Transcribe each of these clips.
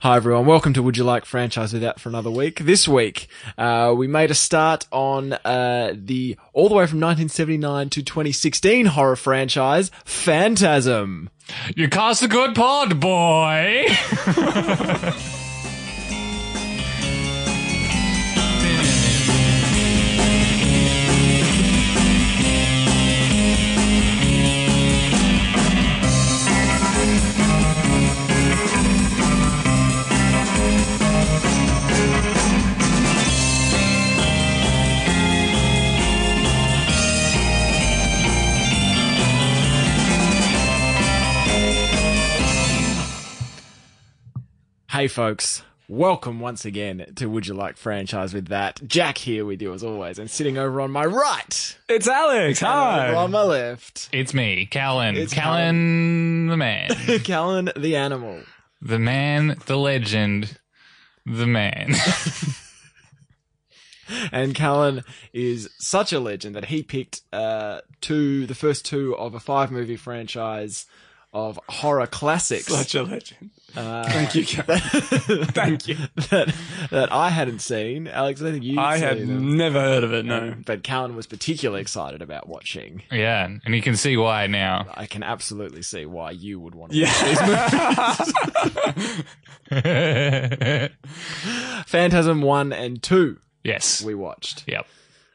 Hi, everyone. Welcome to Would You Like Franchise Without for another week. This week, uh, we made a start on uh, the all the way from 1979 to 2016 horror franchise, Phantasm. You cast a good pod, boy. Hey, folks. Welcome once again to Would You Like Franchise with that. Jack here with you as always, and sitting over on my right, It's Alex. and over Hi. on my left, It's me, Callan. It's Callan, the man, Callan the Animal. the man, the legend, the man. And Callan is such a legend that he picked uh, two, the first two of a five movie franchise of horror classics. Such a legend. uh, Thank you. Cal. Thank you. that, that I hadn't seen. Alex, I think you I seen had them. never heard of it. No. But Callan was particularly excited about watching. yeah, and you can see why now. I can absolutely see why you would want to watch Yeah. yes. Phantasm 1 and 2 we watched. Yep.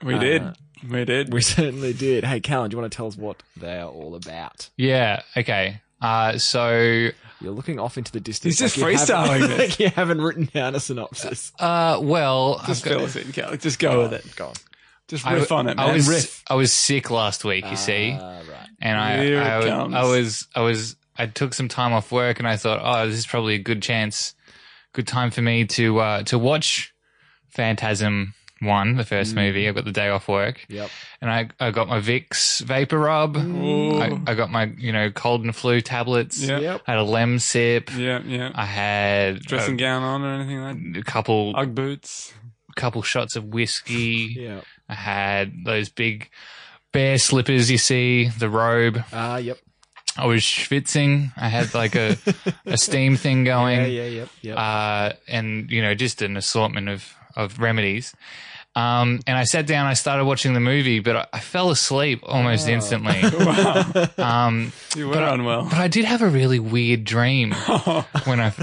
we did. We did. We certainly did. Hey, Callan, do you want to tell us what they're all about? Yeah. Okay. Uh, so You're looking off into the distance. He's just like you haven't- freestyling this. like you haven't written down a synopsis. Uh, well, Just I've got- fill us in, Cal. Just go with it. Go on. Just I, riff on it, man. I was riff. I was sick last week. You see, Ah, right. and Here it I, I, comes. I was I was I took some time off work and I thought, oh, this is probably a good chance, good time for me to uh, to watch Phantasm One, the first Mm. movie. I got the day off work, Yep. and I, I got my Vicks vapor rub. I, I got my you know cold and flu tablets. Yeah. Yep. I had a lem sip. Yeah, yeah. I had Dressing a, gown on or anything like that. a couple Ugg boots. couple shots of whiskey. Yeah. I had those big bear slippers you see, the robe. Ah, yep. I was schwitzing. I had like a, a steam thing going. Yeah, yeah, yep. Yep. Uh, and, you know, just an assortment of, of remedies. Um, and I sat down, I started watching the movie, but I, I fell asleep almost Oh. instantly. Wow. Um, you were on well. but I did have a really weird dream when I,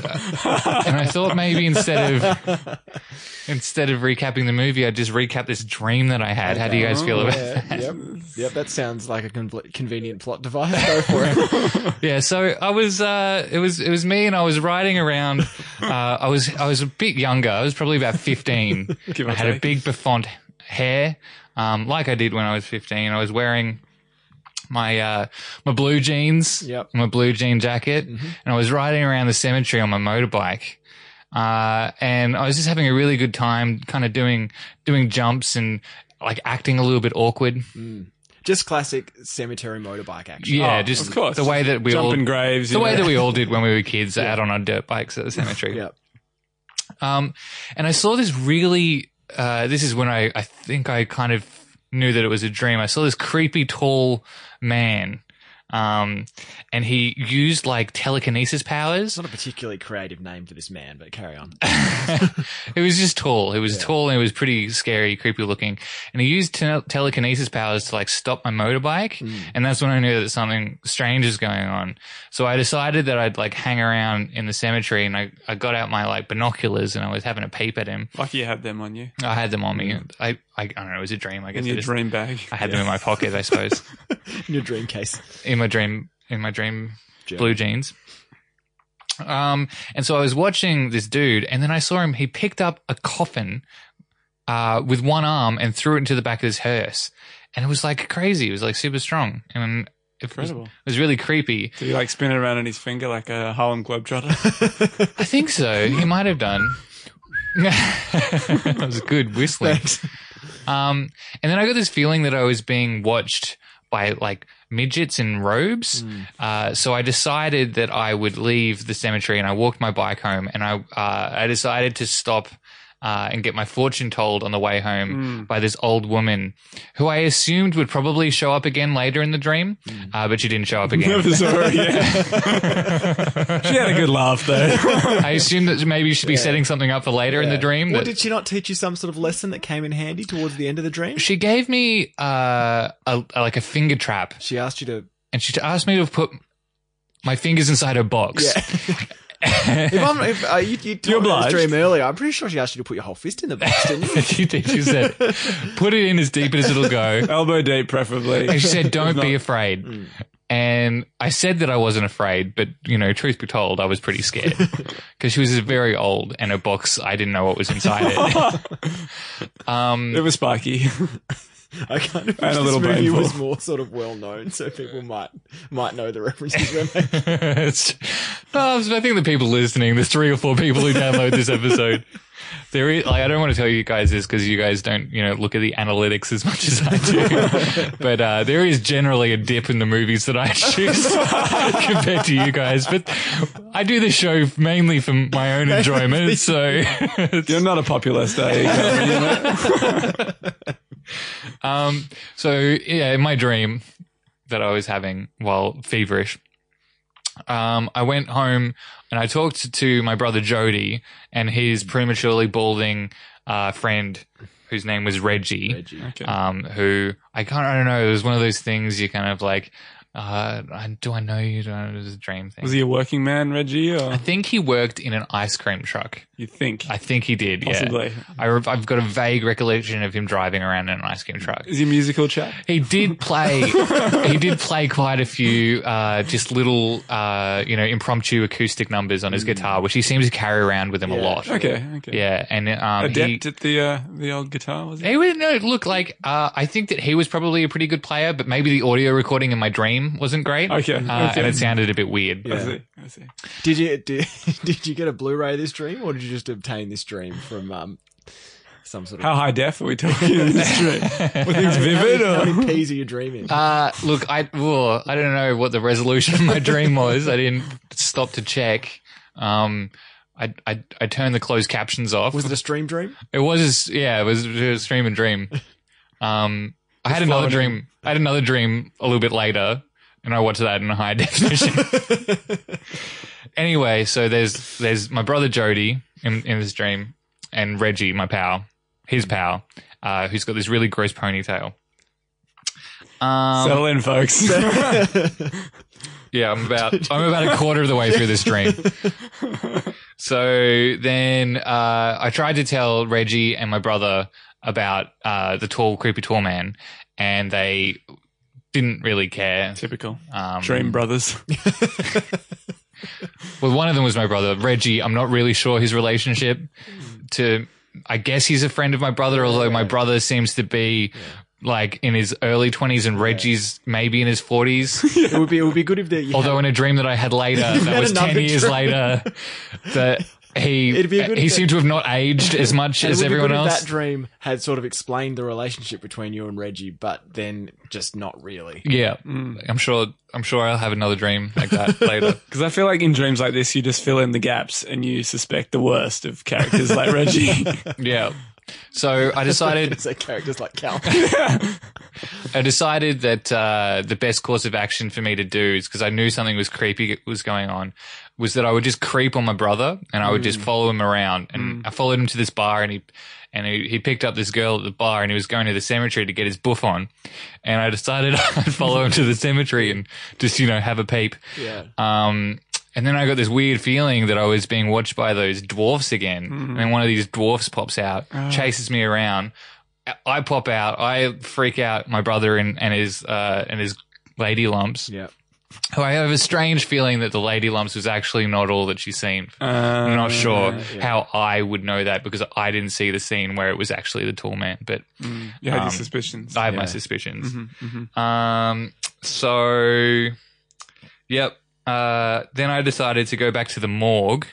and I thought maybe instead of, instead of recapping the movie, I'd just recap this dream that I had. How do you guys feel about that? Oh, Yeah, yep. Yep. That sounds like a conv- convenient plot device. Go for it. Yeah, so I was, uh, it was, it was me, and I was riding around. Uh, I was, I was a bit younger. I was probably about fifteen. Give I or had a take. big befont hair, um, like I did when I was fifteen. I was wearing my uh, my blue jeans, Yep. Mm-hmm. my blue jean jacket, and I was riding around the cemetery on my motorbike. Uh, and I was just having a really good time, kind of doing doing jumps and like acting a little bit awkward. Mm. Just classic cemetery motorbike action. Yeah, Oh, just of course. the way that we all Jumping graves. the you way know. that we all did when we were kids out on our dirt bikes at the cemetery. Yep. Um, and I saw this really, uh, this is when I, I think I kind of knew that it was a dream. I saw this creepy tall man. Um, and he used like telekinesis powers. It's not a particularly creative name for this man, but carry on. He was just tall. He was tall and he was pretty scary, creepy looking. And he used te- telekinesis powers to like stop my motorbike. Mm. And that's when I knew that something strange is going on. So I decided that I'd like hang around in the cemetery and I, I got out my like binoculars and I was having a peep at him. Lucky you had them on you. I had them on me. I, I, I don't know. It was a dream. I guess Mm. In I, your just- dream bag. I had them in my pocket, I suppose, In your dream case. in my dream, in my dream Joe. blue jeans. Um, and so I was watching this dude and then I saw him, he picked up a coffin, uh, with one arm and threw it into the back of his hearse. And it was like crazy. It was like super strong and it was, Incredible. it was really creepy. Did he like spin it around on his finger like a Harlem Globetrotter? I think so. He might have done. that was good whistling. Thanks. Um, and then I got this feeling that I was being watched by like midgets in robes. Hmm. Uh, so I decided that I would leave the cemetery and I walked my bike home and I, uh, I decided to stop uh, and get my fortune told on the way Hmm. home by this old woman who I assumed would probably show up again later in the dream, Hmm. uh, but she didn't show up again. Never saw her again. she had a good laugh though. I assumed that maybe she'd be setting something up for later in the dream. Or that- did she not teach you some sort of lesson that came in handy towards the end of the dream? she gave me uh, a, a- like a finger trap, She asked you to. and she t- asked me to put my fingers inside her box. Yeah. if I'm, if uh, you, you told me this obliged. dream earlier, I'm pretty sure she asked you to put your whole fist in the box, didn't you? she did. She said, "Put it in as deep as it'll go." Elbow deep, preferably. And she said, "Don't If be not- afraid." And I said that I wasn't afraid, but you know, truth be told, I was pretty scared because she was very old and a box. I didn't know what was inside it. um, It was spiky. I kind of wish a this little movie painful. was more sort of well known, so people might might know the references we're making. It's- no, I think the people listening, there's three or four people who download this episode. There is, like, I don't want to tell you guys this because you guys don't, you know, look at the analytics as much as I do. but uh, there is generally a dip in the movies that I choose compared to you guys. But I do this show mainly for my own enjoyment. so, You're not a populist, are you? um, so yeah, in my dream that I was having while feverish, um, I went home and I talked to my brother Jody and his prematurely balding uh, friend, whose name was Reggie. Reggie. Um, who I can't, I don't know. It was one of those things you kind of like. Uh, I- do I know you? Do I know this is a dream thing? Was he a working man, Reggie, I or think he worked in an ice cream truck. you think? I think he did. Possibly. Yeah, I re- I've got a vague recollection of him driving around in an ice cream truck. Is he a musical chap? He did play. he did play quite a few uh, just little, uh, you know, impromptu acoustic numbers on his guitar, which he seems to carry around with him Yeah. a lot. Mm. Okay, okay. Yeah, and um, Adept at the uh, the old guitar, was He, he? he would no look like. Uh, I think that he was probably a pretty good player, but maybe the audio recording in my dream wasn't great. Okay, uh, okay. and it sounded a bit weird. I Yeah. see. I see. Did you did, did you get a Blu-ray this dream, or did you just obtain this dream from um, some sort of? How high def are we talking in this dream? Were things vivid How many or? P's are you dreaming? Uh, look, I oh, I don't know what the resolution of my dream was. I didn't stop to check. Um, I I, I turned the closed captions off. was it a stream dream? It was, yeah, it was, it was stream and dream. Um, I had another floating. dream. I had another dream a little bit later, and I watched that in high definition. anyway, so there's there's my brother Jody in, in this dream, and Reggie, my pal, his pal, uh, who's got this really gross ponytail. Um, Settle in, folks. yeah, I'm about I'm about a quarter of the way through this dream. So then uh, I tried to tell Reggie and my brother about uh, the tall, creepy, tall man, and they didn't really care. Typical Um, dream brothers. Well, one of them was my brother Reggie. I'm not really sure his relationship to. I guess he's a friend of my brother, although my brother seems to be. Like in his early 20s, and Reggie's maybe in his 40s. It would be it would be good if there. You Although, in a dream that I had later, that had was 10 another years dream. later, that he It'd be a good he thing. seemed to have not aged as much had, it as would be everyone good if else. That dream had sort of explained the relationship between you and Reggie, but then just not really. Yeah, Mm. I'm sure. I'm sure I'll have another dream like that later. Because I feel like in dreams like this, you just fill in the gaps and you suspect the worst of characters like Reggie. Yeah. So I decided. It's like characters like Cal. I decided that uh, the best course of action for me to do is because I knew something was creepy was going on. Was that I would just creep on my brother and I would just follow him around. And I followed him to this bar and he and he, he picked up this girl at the bar and he was going to the cemetery to get his buff on. And I decided I'd follow him to the cemetery and just you know have a peep. yeah. Um, and then I got this weird feeling that I was being watched by those dwarfs again. And then one of these dwarfs pops out, chases me around. I- I pop out. I freak out my brother and, and his uh, and his lady lumps. Yeah. Who I have a strange feeling that the lady lumps was actually not all that she seemed. Uh, I'm Oh, not sure how I would know that because I didn't see the scene where it was actually the tall man, but mm. You had Um, your suspicions. I have my Yeah. suspicions. Mhm, mhm. Um, so, yep. Uh, then I decided to go back to the morgue,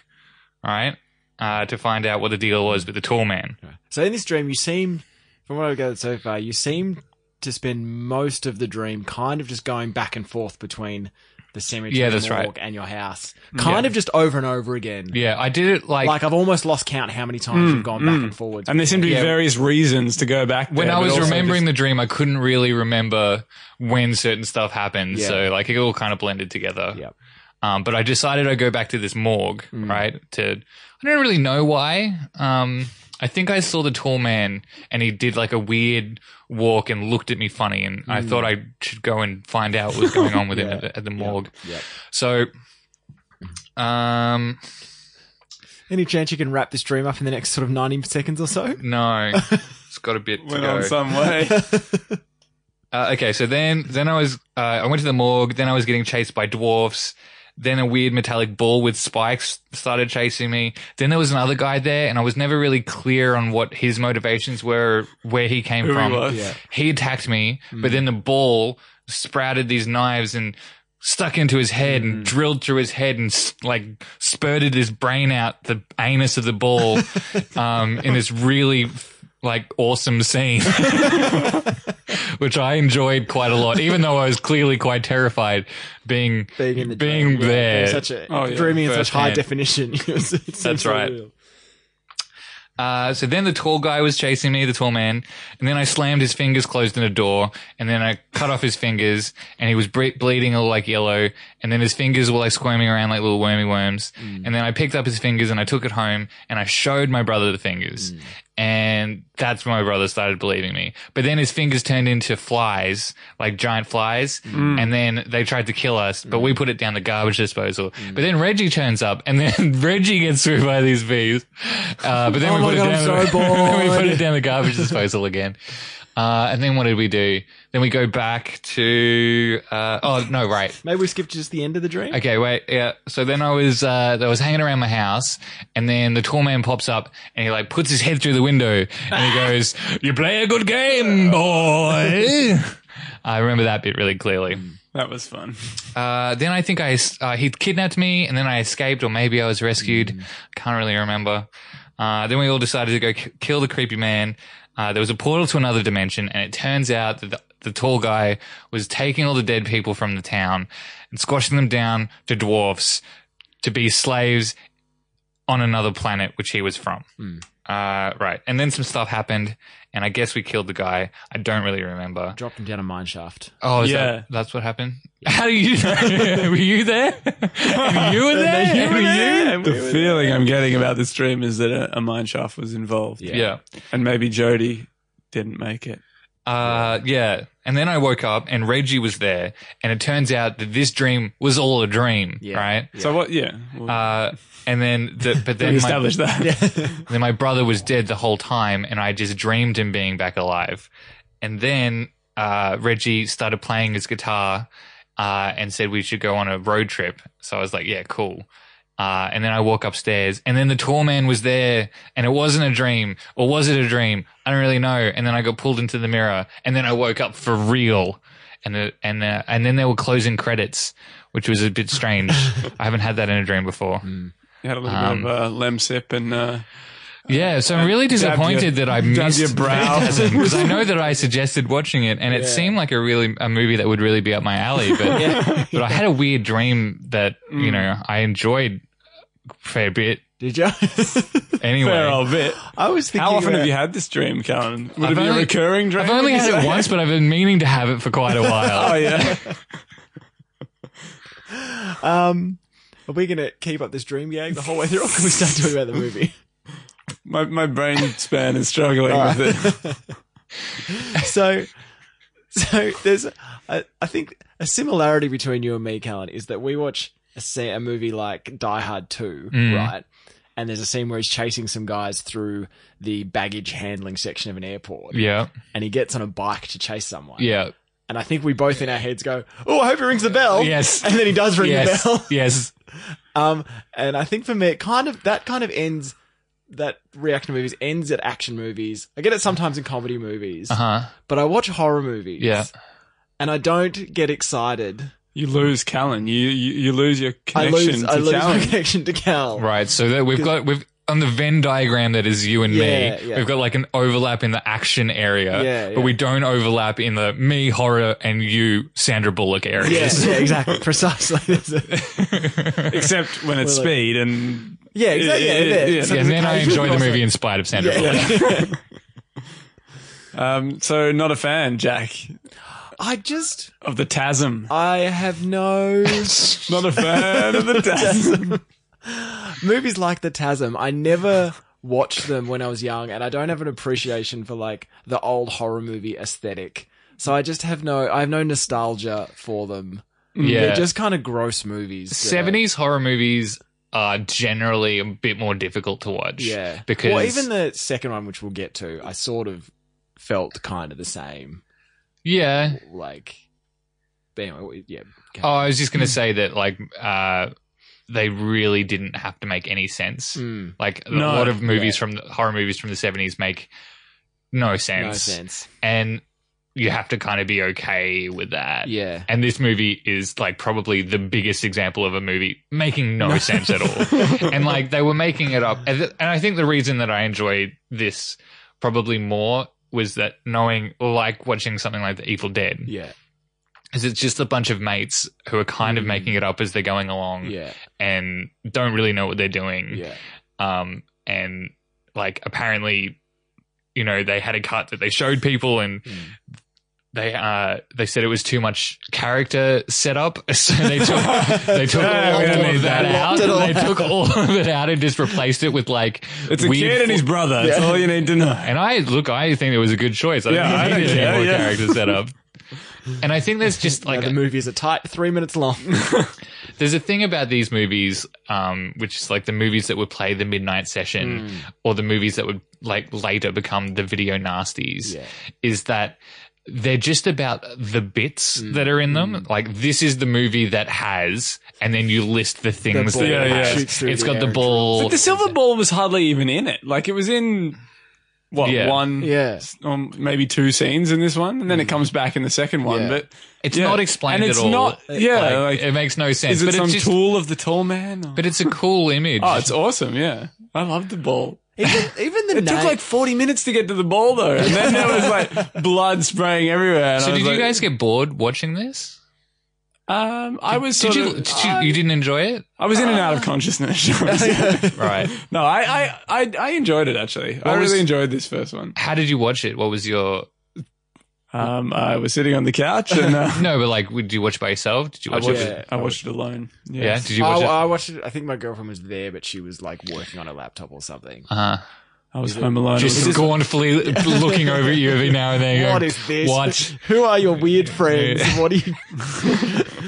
right, uh, to find out what the deal was with the tall man. So in this dream, you seem, from what I've gathered so far, you seem to spend most of the dream kind of just going back and forth between the cemetery, Yeah, that's morgue, right. and your house, kind of just over and over again. Yeah, I did it like, Mm, Like I've almost lost count how many times we've gone back and forwards. And there seem to be Yeah. various reasons to go back. when there, I but was also remembering the dream, I couldn't really remember when certain stuff happened. Yeah. So like it all kind of blended together. Yep. Um, but I decided I'd go back to this morgue, Mm. right? To I don't really know why. Um, I think I saw the tall man and he did like a weird walk and looked at me funny, and I thought I should go and find out what was going on with him Mm. Yeah. at the, at the morgue. Yep. So, um, Any chance you can wrap this dream up in the next sort of ninety seconds or so? no, it's got a bit. to went go. on some way. Uh, okay, so then then I was uh, I went to the morgue. Then I was getting chased by dwarfs. Then a weird metallic ball with spikes started chasing me. Then there was another guy there, and I was never really clear on what his motivations were, where he came Who he from. was. Hmm. Yeah. He attacked me, but then the ball sprouted these knives and stuck into his head Hmm. and drilled through his head and s- like spurted his brain out the anus of the ball um, in this really like awesome scene which i enjoyed quite a lot even though i was clearly quite terrified being Being in the Being dream, yeah, there. being such a Oh, yeah, dreaming in such high firsthand. definition. It was- it seems so right. real. Uh, so then the tall guy was chasing me, the tall man, and then I slammed his fingers closed in a door, and then I cut off his fingers, and he was ble- bleeding all like yellow, and then his fingers were like squirming around like little wormy worms, and then I picked up his fingers and I took it home, and I showed my brother the fingers, and that's when my brother started believing me. But then his fingers turned into flies, like giant flies, and then they tried to kill us, but we put it down the garbage disposal. But then Reggie turns up, and then Reggie gets through by these bees, uh, but then Oh we my put God, it I'm down. so then we put it bored. down the garbage disposal again. Uh, and then what did we do? Then we go back to. Uh, oh no, right. Maybe we skipped just the end of the dream. Okay, wait. Yeah. So then I was uh, I was hanging around my house, and then the tall man pops up, and he like puts his head through the window, and he goes, "You play a good game, boy." I remember that bit really clearly. That was fun. Uh, then I think I es- uh, he kidnapped me, and then I escaped, or maybe I was rescued. I can't really remember. Uh, then we all decided to go k- kill the creepy man. Uh, there was a portal to another dimension, and it turns out that the, the tall guy was taking all the dead people from the town and squashing them down to dwarfs to be slaves on another planet, which he was from. Uh, right, and then some stuff happened, and I guess we killed the guy. I don't really remember. Dropped him down a mine shaft. Oh, is Yeah. that, that's what happened? How do you know? were you there? And you were there? you And were you- there? The feeling I'm getting about this dream is that uh, a, a mine shaft was involved, Yeah. Yeah. and maybe Jody didn't make it. Uh, yeah. And then I woke up and Reggie was there. And it turns out that this dream was all a dream, Yeah. right? So what? Yeah, well, Uh, and then, the, but we then my, established that. then my brother was dead the whole time and I just dreamed him being back alive. And then, uh, Reggie started playing his guitar, uh, and said we should go on a road trip. So I was like, yeah, cool. Uh, and then I walk upstairs and then the tall man was there and it wasn't a dream or was it a dream? I don't really know. And then I got pulled into the mirror and then I woke up for real. And the, and uh and then there were closing credits, which was a bit strange. I haven't had that in a dream before. You had a little bit Um, of uh, lem sip and uh, Yeah, so I'm really your- disappointed that I dab missed your brow. because I know that I suggested watching it, and it seemed like a really a movie that would really be up my alley. But but I had a weird dream that Mm. you know I enjoyed a fair bit Did you? anyway. fair old bit. I was thinking. How often uh, have you had this dream, Callum? Would it be a only- recurring dream? I've only would you had it say? once, but I've been meaning to have it for quite a while. Oh yeah, Um, are we gonna keep up this dream gag the whole way through, or can we start talking about the movie? my my brain span is struggling with it. so, so there's, I, I think a similarity between you and me, Callan, is that we watch a, se- a movie like Die Hard Two, Mm. right? And there's a scene where he's chasing some guys through the baggage handling section of an airport, yeah, and he gets on a bike to chase someone. yeah, And I think we both in our heads go, "Oh, I hope he rings the bell." Yes. And then he does ring yes, the bell. yes. Um, and I think for me, it kind of that kind of ends that reaction to movies ends at action movies. I get it sometimes in comedy movies, Uh huh. but I watch horror movies. Yeah. And I don't get excited. You lose Callan. You you, you lose your I connection lose. to I lose Callan. my connection to Cal. Right. So that we've got we've on the Venn diagram that is you and Yeah, me, yeah. we've got like an overlap in the action area, Yeah, but yeah. we don't overlap in the me horror and you Sandra Bullock areas. yeah, exactly, precisely. There's a- Except when it's Well, like- speed and yeah, exactly. Yeah, Yeah, there. yeah, So Yeah, there's and then I occasional enjoy the crossover. movie in spite of Sandra Yeah. Bullock. um, so not a fan, Jack, I just, of the TASM. I have no Not a fan of the TASM. movies like the TASM. I never watched them when I was young, and I don't have an appreciation for like the old horror movie aesthetic. So I just have no, I have no nostalgia for them. Yeah. They're just kind of gross movies. that are- 70s horror movies are generally a bit more difficult to watch. Yeah. Because well, even the second one, which we'll get to, I sort of felt kind of the same. yeah. Like, but anyway, w- yeah. okay. Oh, I was just gonna say that like uh they really didn't have to make any sense. Mm, Like a No. lot of movies from the, horror movies from the 70s make no sense. no sense. And you have to kind of be okay with that. Yeah. And this movie is like probably the biggest example of a movie making no sense at all. and like they were making it up. And, th- and I think the reason that I enjoyed this probably more was that knowing, like watching something like The Evil Dead, Yeah. is it's just a bunch of mates who are kind of Mm. making it up as they're going along Yeah. and don't really know what they're doing. Yeah. Um, and like apparently, you know, they had a cut that they showed people and Mm. Hmm. they uh they said it was too much character setup, so they took they took Yeah, all we don't of need that that. out. Locked it all They out. took all of it out and just replaced it with like It's a weird kid and his brother. That's all you need to know. and I look, I think it was a good choice. I Yeah, I think don't they needed care, more yeah. character setup. And I think there's just Like like uh, the movie is a tight three minutes long. there's a thing about these movies, um, which is like the movies that would play the midnight session Hmm. or the movies that would like later become the video nasties yeah. is that they're just about the bits Hmm. that are in them. Like this is the movie that has, and then you list the things ball that it that has. shoots through It's the got the air. ball. But the silver ball was hardly even in it. Like it was in what Yeah. one, Yeah. or maybe two scenes in this one, and then it comes back in the second one. Yeah. But Mm. It's yeah. not explained and it's at all. Not, yeah, Like, uh, like, it makes no sense. is it but some it's just, tool of the tall man? Or- But it's a cool image. oh, it's awesome. Yeah, I love the ball. Even, even the It name. took like 40 minutes to get to the ball though, and then there was like blood spraying everywhere. And so I was did you like, guys get bored watching this? Um, I was Did sort you? of, uh, Did you, I, you didn't enjoy it? I was in and out Uh. of consciousness. Right. no, I, I, I, I enjoyed it actually. I What was- really enjoyed this first one. How did you watch it? What was your Um, I was sitting on the couch and uh, no? But like, did you watch it by yourself? Did you watch it? watched- Oh, with- Yeah. I watched it alone. Yeah. Yes. Did you I, watch it? I watched it. I think my girlfriend was there, but she was like working on a laptop or something. Uh-huh. I was home alone. Just It was- scornfully looking over at you every now and then. What going, is this? Watch Who are your weird friends? What do you?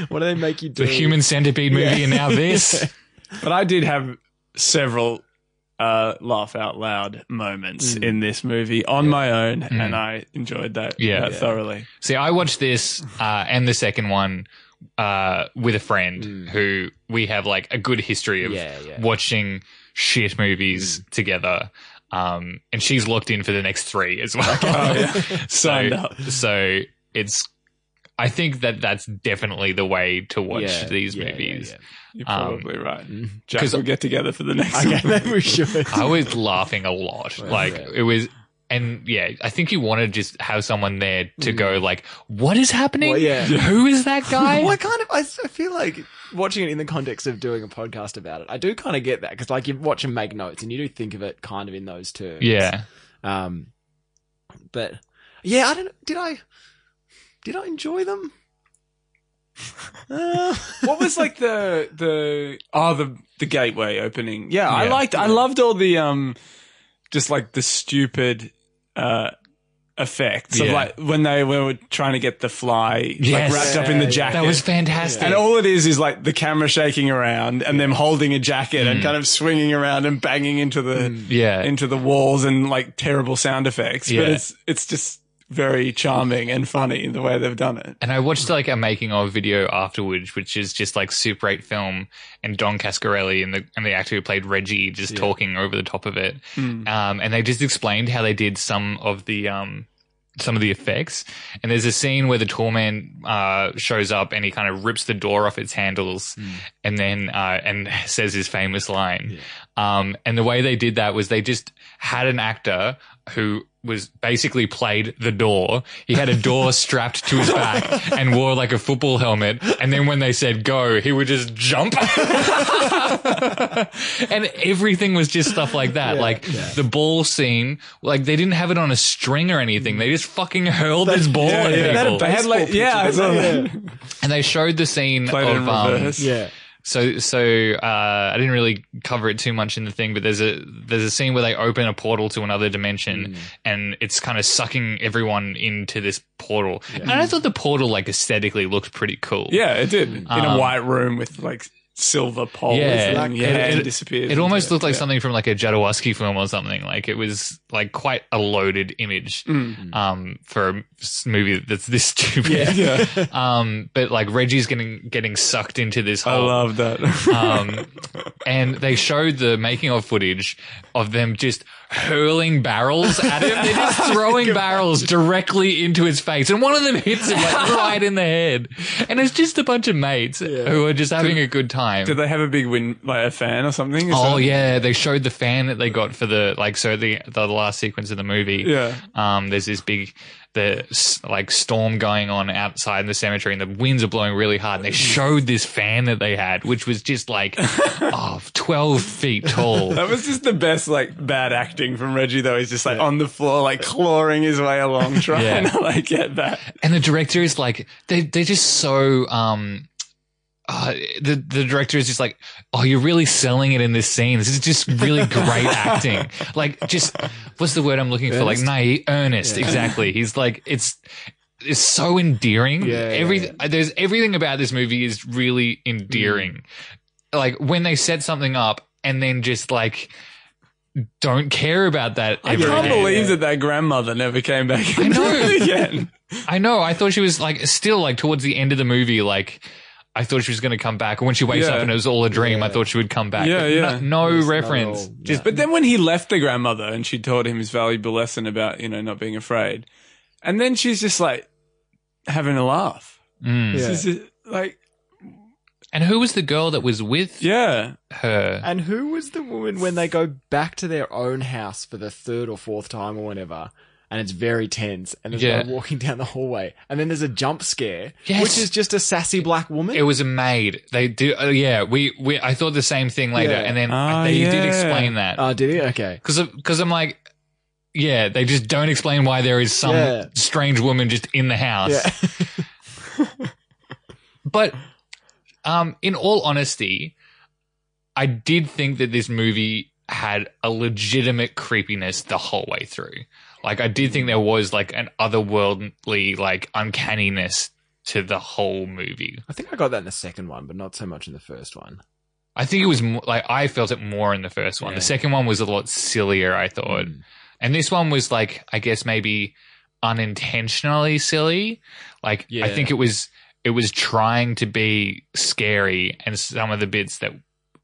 what do they make you do? the human centipede movie, and now this. but I did have several uh, laugh out loud moments Mm. in this movie on my own, and I enjoyed that, Yeah. that Yeah. thoroughly. See, I watched this uh, and the second one uh, with a friend who we have like a good history of Hmm. Yeah, yeah. Hmm. watching shit movies together. Um, and she's locked in for the next three as well. Oh, yeah. Signed so, up. so it's. I think that that's definitely the way to watch Yeah, these yeah, Mm-hmm. yeah, movies. yeah. You're Um, probably right. Jack, 'cause- we'll get together for the next Okay, maybe we should. I was laughing a lot. Like yeah. it was, and yeah, I think you want to just have someone there to Mm. go like, "What is happening? Well, yeah. Who is that guy?" Well, I kind of, I s- I feel like watching it in the context of doing a podcast about it, I do kind of get that because, like, you watch and make notes, and you do think of it kind of in those terms. Yeah, Um, but yeah, I don't. Did I? Did I enjoy them? Uh, what was like the the oh the the gateway opening? Yeah, I Yeah. liked I loved all the um just like the stupid uh effects of Yeah. like when they were trying to get the fly Yes. like wrapped up in the Yeah, yeah. jacket. that was fantastic. and all it is is like the camera shaking around and them holding a jacket Mm. and kind of swinging around and banging into the yeah, into the walls and like terrible sound effects. Mm. Yeah. But it's it's just very charming and funny the way they've done it. and I watched like a making of video afterwards, which is just like Super 8 film and Don Cascarelli and the and the actor who played Reggie just Mm. talking over the top of it. Um, and they just explained how they did some of the um some of the effects. And there's a scene where the tall man uh, shows up and he kind of rips the door off its handles, and then uh, and says his famous line. Um, and the way they did that was they just had an actor who was basically played the door. He had a door strapped to his back and wore like a football helmet. And then when they said go, he would just jump. and everything was just stuff like that. like the ball scene, like they didn't have it on a string or anything. They just fucking hurled this ball at yeah. They had a people. ba- had, like- yeah, I saw that. and they showed the scene Played it of in um, reverse. Yeah. so so uh, I didn't really cover it too much in the thing, but there's a there's a scene where they open a portal to another Mm. dimension, Mm. and it's kind of sucking everyone into this portal. And I thought the portal like aesthetically looked pretty cool. Yeah, it did. In Um, a white room with like silver poles. Yeah. and your It- hand it- disappears. It almost into looked like something from like a Jodorowsky film or something. Like it was like quite a loaded image Mm. um, for a s- movie that's this stupid. Yeah. um, but like Reggie's getting getting sucked into this I whole love that. um, and they showed the making of footage of them just hurling barrels at him. They're just throwing barrels directly into his face, and one of them hits him like right in the head. And it's just a bunch of mates who are just having a good time. Did they have a big win, like a fan or something? Is Oh that- yeah, they showed the fan that they got for the like so the the last sequence of the movie. Yeah. Um, there's this big the s- like storm going on outside in the cemetery, and the winds are blowing really hard. And they showed this fan that they had, which was just like oh, 12 feet tall. That was just the best, like bad acting from Reggie. Though he's just like on the floor, like clawing his way along, trying Yeah. to like get that. and the director is like they they're just so um uh, the the director is just like, oh, you're really selling it in this scene. This is just really great acting. Like, just what's the word I'm looking for? Like Earnest? naive, earnest. Exactly. He's like, it's it's so endearing. Yeah, yeah, Every uh, there's everything about this movie is really endearing. Mm. Like when they set something up and then just like don't care about that. I ever can't again. believe that that grandmother never came back. I know. again. I know. I thought she was like still like towards the end of the movie, like I thought she was going to come back. When she wakes Yeah. up and it was all a dream, I thought she would come back. Yeah, But yeah. No, no Yes, not reference. at all. Just But then when he left the grandmother and she taught him his valuable lesson about, you know, not being afraid, and then she's just like having a laugh. Mm. Yeah. This is like, and who was the girl that was with yeah. her? And who was the woman when they go back to their own house for the third or fourth time or whenever? And it's very tense, and there's Yeah. no walking down the hallway, and then there's a jump scare, Yes. which is just a sassy black woman. It was a maid. They do. Oh yeah, we we. I thought the same thing later, Yeah. and then Ah, they did yeah. explain that oh, did he? Okay. because because I'm like. Yeah, they just don't explain why there is some Yeah. strange woman just in the house. Yeah. But um, in all honesty, I did think that this movie had a legitimate creepiness the whole way through. Like, I did think there was like an otherworldly, like uncanniness to the whole movie. I think I got that in the second one, but not so much in the first one. I think it was mo- like I felt it more in the first one. Yeah. The second one was a lot sillier, I thought, Mm. and this one was like I guess maybe unintentionally silly. Like Yeah. I think it was it was trying to be scary, and some of the bits that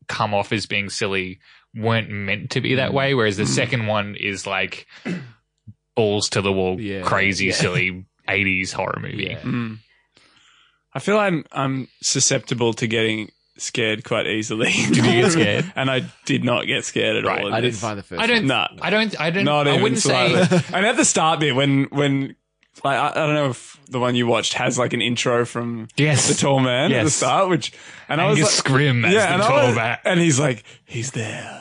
come off as being silly weren't meant to be that Mm. way. Whereas the second one is like balls to the wall, Yeah. crazy, Yeah. silly '80s horror movie. Yeah. Mm. I feel I'm, I'm susceptible to getting scared quite easily. Did you get scared? and I did not get scared at Right. all. in I didn't this. find the first. I One. don't. Nah. I don't. I don't. Not I even wouldn't slightly. say. and at the start there, when when like I, I don't know if the one you watched has like an intro from Yes. the tall man at the Yes. start, which and I was Angus like, Scrim as the and I tall was- man. and he's like he's there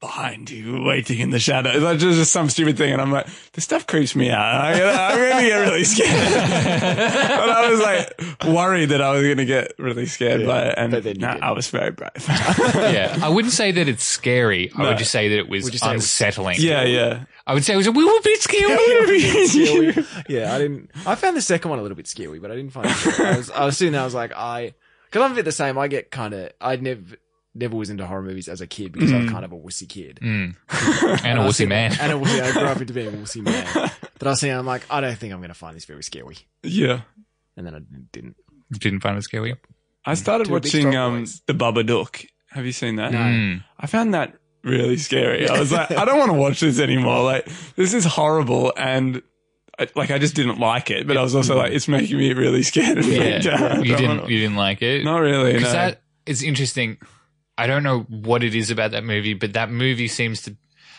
behind you, waiting in the shadow. Like just, just some stupid thing, and I'm like this stuff creeps me out. I, I'm gonna get really scared. but I was like worried that I was gonna get really scared by it, and but then you nah, didn't. I was very brave. yeah, I wouldn't say that it's scary. I would just say that it was Would you say it was- unsettling. yeah, yeah. I would say it was a wee bit scary. Scary. yeah, I didn't. I found the second one a little bit scary, but I didn't find. It I was, I was sitting there. I was like, I because I'm a bit the same. I get kind of. I never never was into horror movies as a kid because I'm kind of a wussy kid. Mm. And a Uh, I was wussy sitting- man. And a wussy. I grew up into being a wussy man. But I was saying, I'm like, I don't think I'm going to find this very scary. yeah. And then I didn't. Didn't find it scary. I started Two big watching strong um, boys. the Babadook. Have you seen that? No. Mm. I found that really scary. I was like, I don't want to watch this anymore. Like, this is horrible, and I- like I just didn't like it, but I was also like, it's making me really scared. of it. Yeah, you Don't didn't wanna- you didn't like it? Not really. No. because that is interesting. I don't know what it is about that movie, but that movie seems to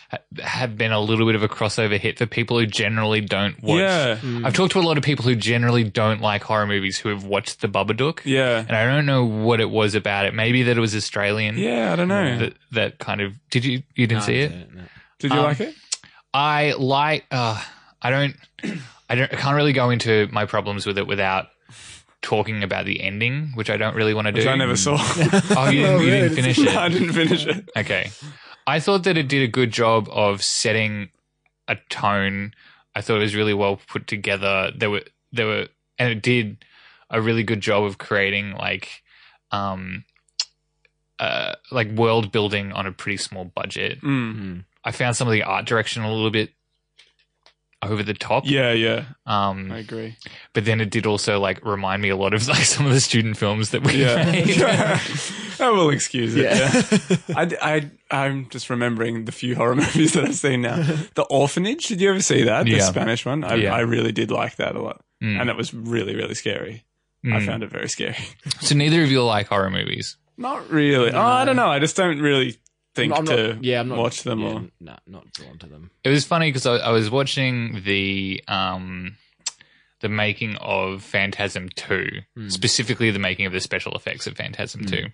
ha- have been a little bit of a crossover hit for people who generally don't watch. yeah, I've talked to a lot of people who generally don't like horror movies who have watched The Babadook, yeah, and I don't know what it was about it. Maybe that it was Australian. yeah. I don't know. That, that kind of did you you didn't see it? Did you Um, like it? I like. Uh, I don't. I don't. I can't really go into my problems with it without talking about the ending, which I don't really want to do. Which I never saw. Oh, you didn't, Oh, you really? didn't finish I it. didn't finish it. Okay. I thought that it did a good job of setting a tone. I thought it was really well put together. There were there were and it did a really good job of creating like um uh like world building on a pretty small budget. Mm. I found some of the art direction a little bit over the top. Yeah, yeah. Um I agree. but then it did also like remind me a lot of like some of the student films that we Yeah, made. I will excuse it. Yeah. Yeah. I, I, am just remembering the few horror movies that I've seen now. The Orphanage. Did you ever see that? The Yeah. Spanish one. I, Yeah. I really did like that a lot, Mm, and it was really, really scary. I mm. found it very scary. So neither of you like horror movies. Not really. Oh, I don't know. I just don't really think I'm not- to yeah, I'm not, watch them yeah, or. nah, not drawn to them. It was funny because I, I was watching the um, the making of Phantasm Two, Mm. specifically the making of the special effects of Phantasm Mm. Two,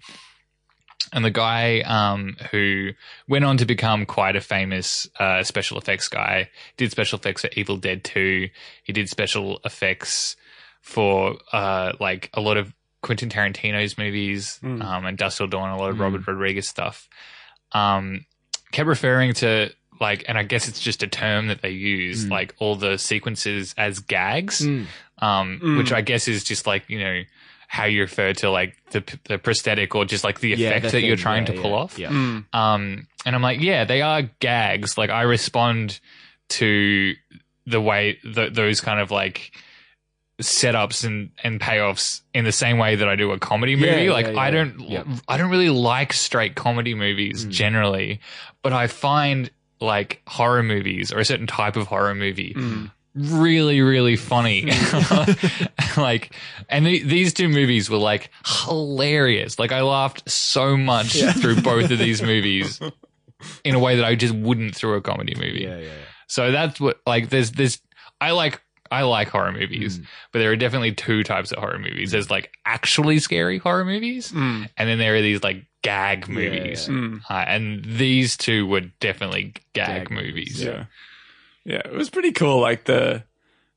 and the guy um, who went on to become quite a famous uh, special effects guy did special effects for Evil Dead Two. He did special effects for uh, like a lot of Quentin Tarantino's movies Mm. um, and Dust Till Dawn, a lot of Mm. Robert Rodriguez stuff. Um, kept referring to like, and I guess it's just a term that they use, Mm. like all the sequences as gags, um, Mm. which I guess is just like you know how you refer to like the the prosthetic or just like the Mm. Yeah, effect the that you're thing, trying yeah, to pull yeah, off. Yeah. Mm. Um, and I'm like, yeah, they are gags. Like I respond to the way th- those kind of like setups and, and payoffs in the same way that I do a comedy Yeah, movie. yeah, like I yeah. don't, Yep. I don't really like straight comedy movies Mm. generally, but I find like horror movies or a certain type of horror movie Mm. really, really funny. like, and the, these two movies were like hilarious. Like, I laughed so much through both of these movies in a way that I just wouldn't through a comedy movie. Yeah, yeah, yeah. So that's what, like, there's, there's, I like, I like horror movies, Mm. but there are definitely two types of horror movies. There's like actually scary horror movies, Mm. and then there are these like gag movies. yeah. Mm. Uh, and these two were definitely gag, Gag movies. movies, Yeah. Yeah. It was pretty cool, like the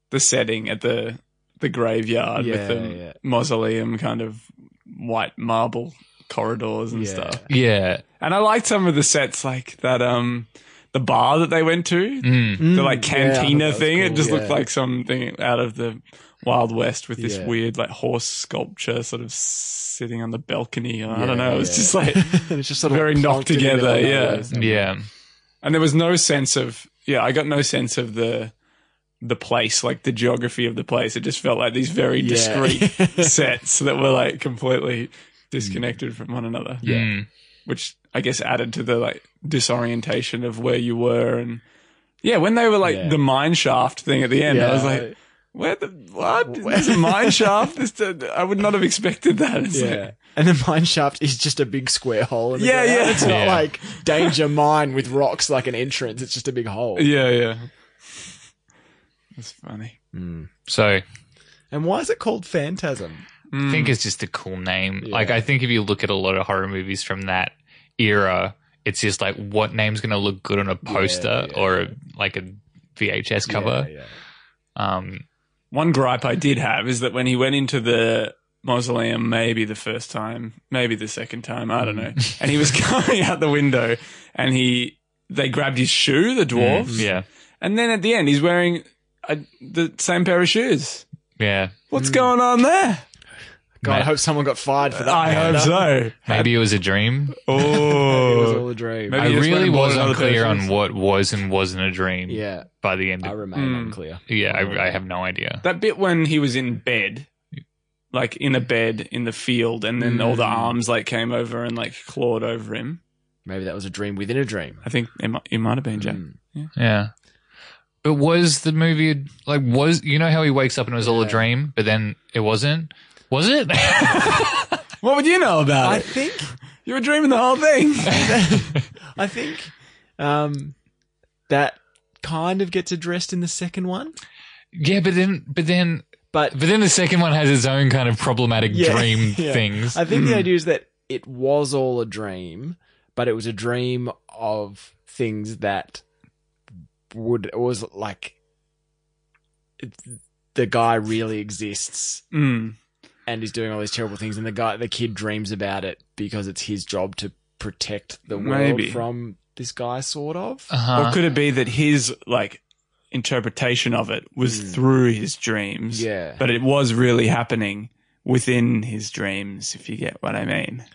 the setting at the the graveyard Yeah, with the yeah. mausoleum kind of white marble corridors and Yeah. stuff. Yeah. And I liked some of the sets like that um the bar that they went to. Mm. The like cantina thing. it just looked like. like something out of the Wild West with this Yeah. weird like horse sculpture sort of sitting on the balcony. I Yeah, don't know. It was yeah. just like and it's just sort of Very knocked plonked in the middle together, of yeah. nowhere, so- Yeah. and there was no sense of yeah i got no sense of the the place like the geography of the place it just felt like these very Yeah. discrete sets that were like completely disconnected from one another Yeah. Mm. which i guess added to the like disorientation of where you were and yeah when they were like Yeah. the mine shaft thing at the end i was Yeah. like where the what there's a mine shaft this, i would not have expected that It's yeah. like- And the mine shaft is just a big square hole. In the Yeah, ground. yeah. It's not Yeah. like danger mine with rocks like an entrance. It's just a big hole. yeah yeah that's funny Mm. So I And why is it called Phantasm? Mm. think it's just a cool name. Yeah. Like I think if you look at a lot of horror movies from that era, it's just like what name's going to look good on a poster yeah. or like a VHS cover. Yeah, yeah. Um, One gripe I did have is that when he went into the mausoleum, maybe the first time, maybe the second time, I Hmm. don't know, and he was coming out the window, and he they grabbed his shoe, Hmm. the dwarf, hmm, yeah, and then at the end he's wearing a, the same pair of shoes. yeah. What's going on there? God, I Ma- hope someone got fired Hmm. for that. I hope so. Maybe it was a dream. It was all Oh, a dream. Maybe- I he just went really and bought was another unclear pair of on shoes. what was and wasn't a dream. yeah, By the end, I of, remain Mm. unclear. yeah, I, I have no idea. that bit when he was in bed. Like in a bed in the field, and then all the Mm. arms like came over and like clawed over him. Maybe that was a dream Hmm. within a dream. I think it might, it might have been Jack. Mm. Yeah. But was the movie like was you know how he wakes up and it was all a dream, but then it wasn't? Was it? What would you know about Hmm. I it? think, You were dreaming the whole thing. I think, um, that kind of gets addressed in the second one, yeah, but then but then but but then the second one has its own kind of problematic Yeah, dream yeah. things. I think the idea is that it was all a dream, but it was a dream of things that would it was like it- the guy really exists Mm. and he's doing all these terrible things, and the guy the kid dreams about it because it's his job to protect the world Maybe. Uh, from this guy, sort of. uh-huh. Or could it be that his like interpretation of it was Mm. through his dreams? Yeah, But it was really happening within his dreams, if you get what I mean.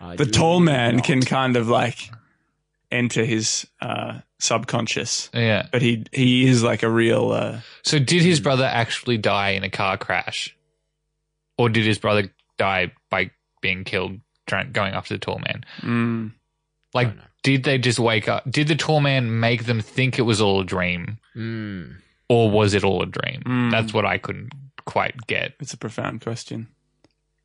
I The do tall man not. can kind of like enter his uh, subconscious. yeah. But he he is like a real uh, So did his Hmm. brother actually die in a car crash? Or did his brother die by being killed trying, going after the tall man? mm, Like know. did they just wake up? Did the tall man make them think it was all a dream Mm. or was it all a dream? Hmm. Mm. That's what I couldn't quite get. it's a profound question.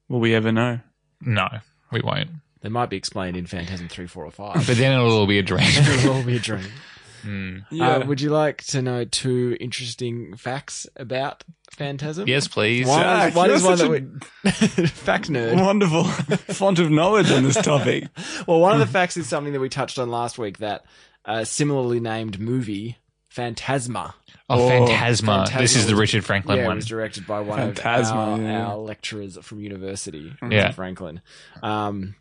Will we ever know? No, we won't. They might be explained in Phantasm three, four, or five. But then it'll all be a dream. it will all be a dream. Mm. Uh, would you like to know two interesting facts about Phantasm? Yes, please. One Zach, is, one you're is one such that we... fact nerd. Wonderful font of knowledge on this topic. Well, one of the facts is something that we touched on last week. That uh, similarly named movie Phantasma. Oh, Oh, Phantasma. Phantasma This is the was- Richard Franklin yeah, it one. was directed by one Phantasma, of our, yeah. our lecturers from university, Mm-hmm. Yeah. Franklin. Um,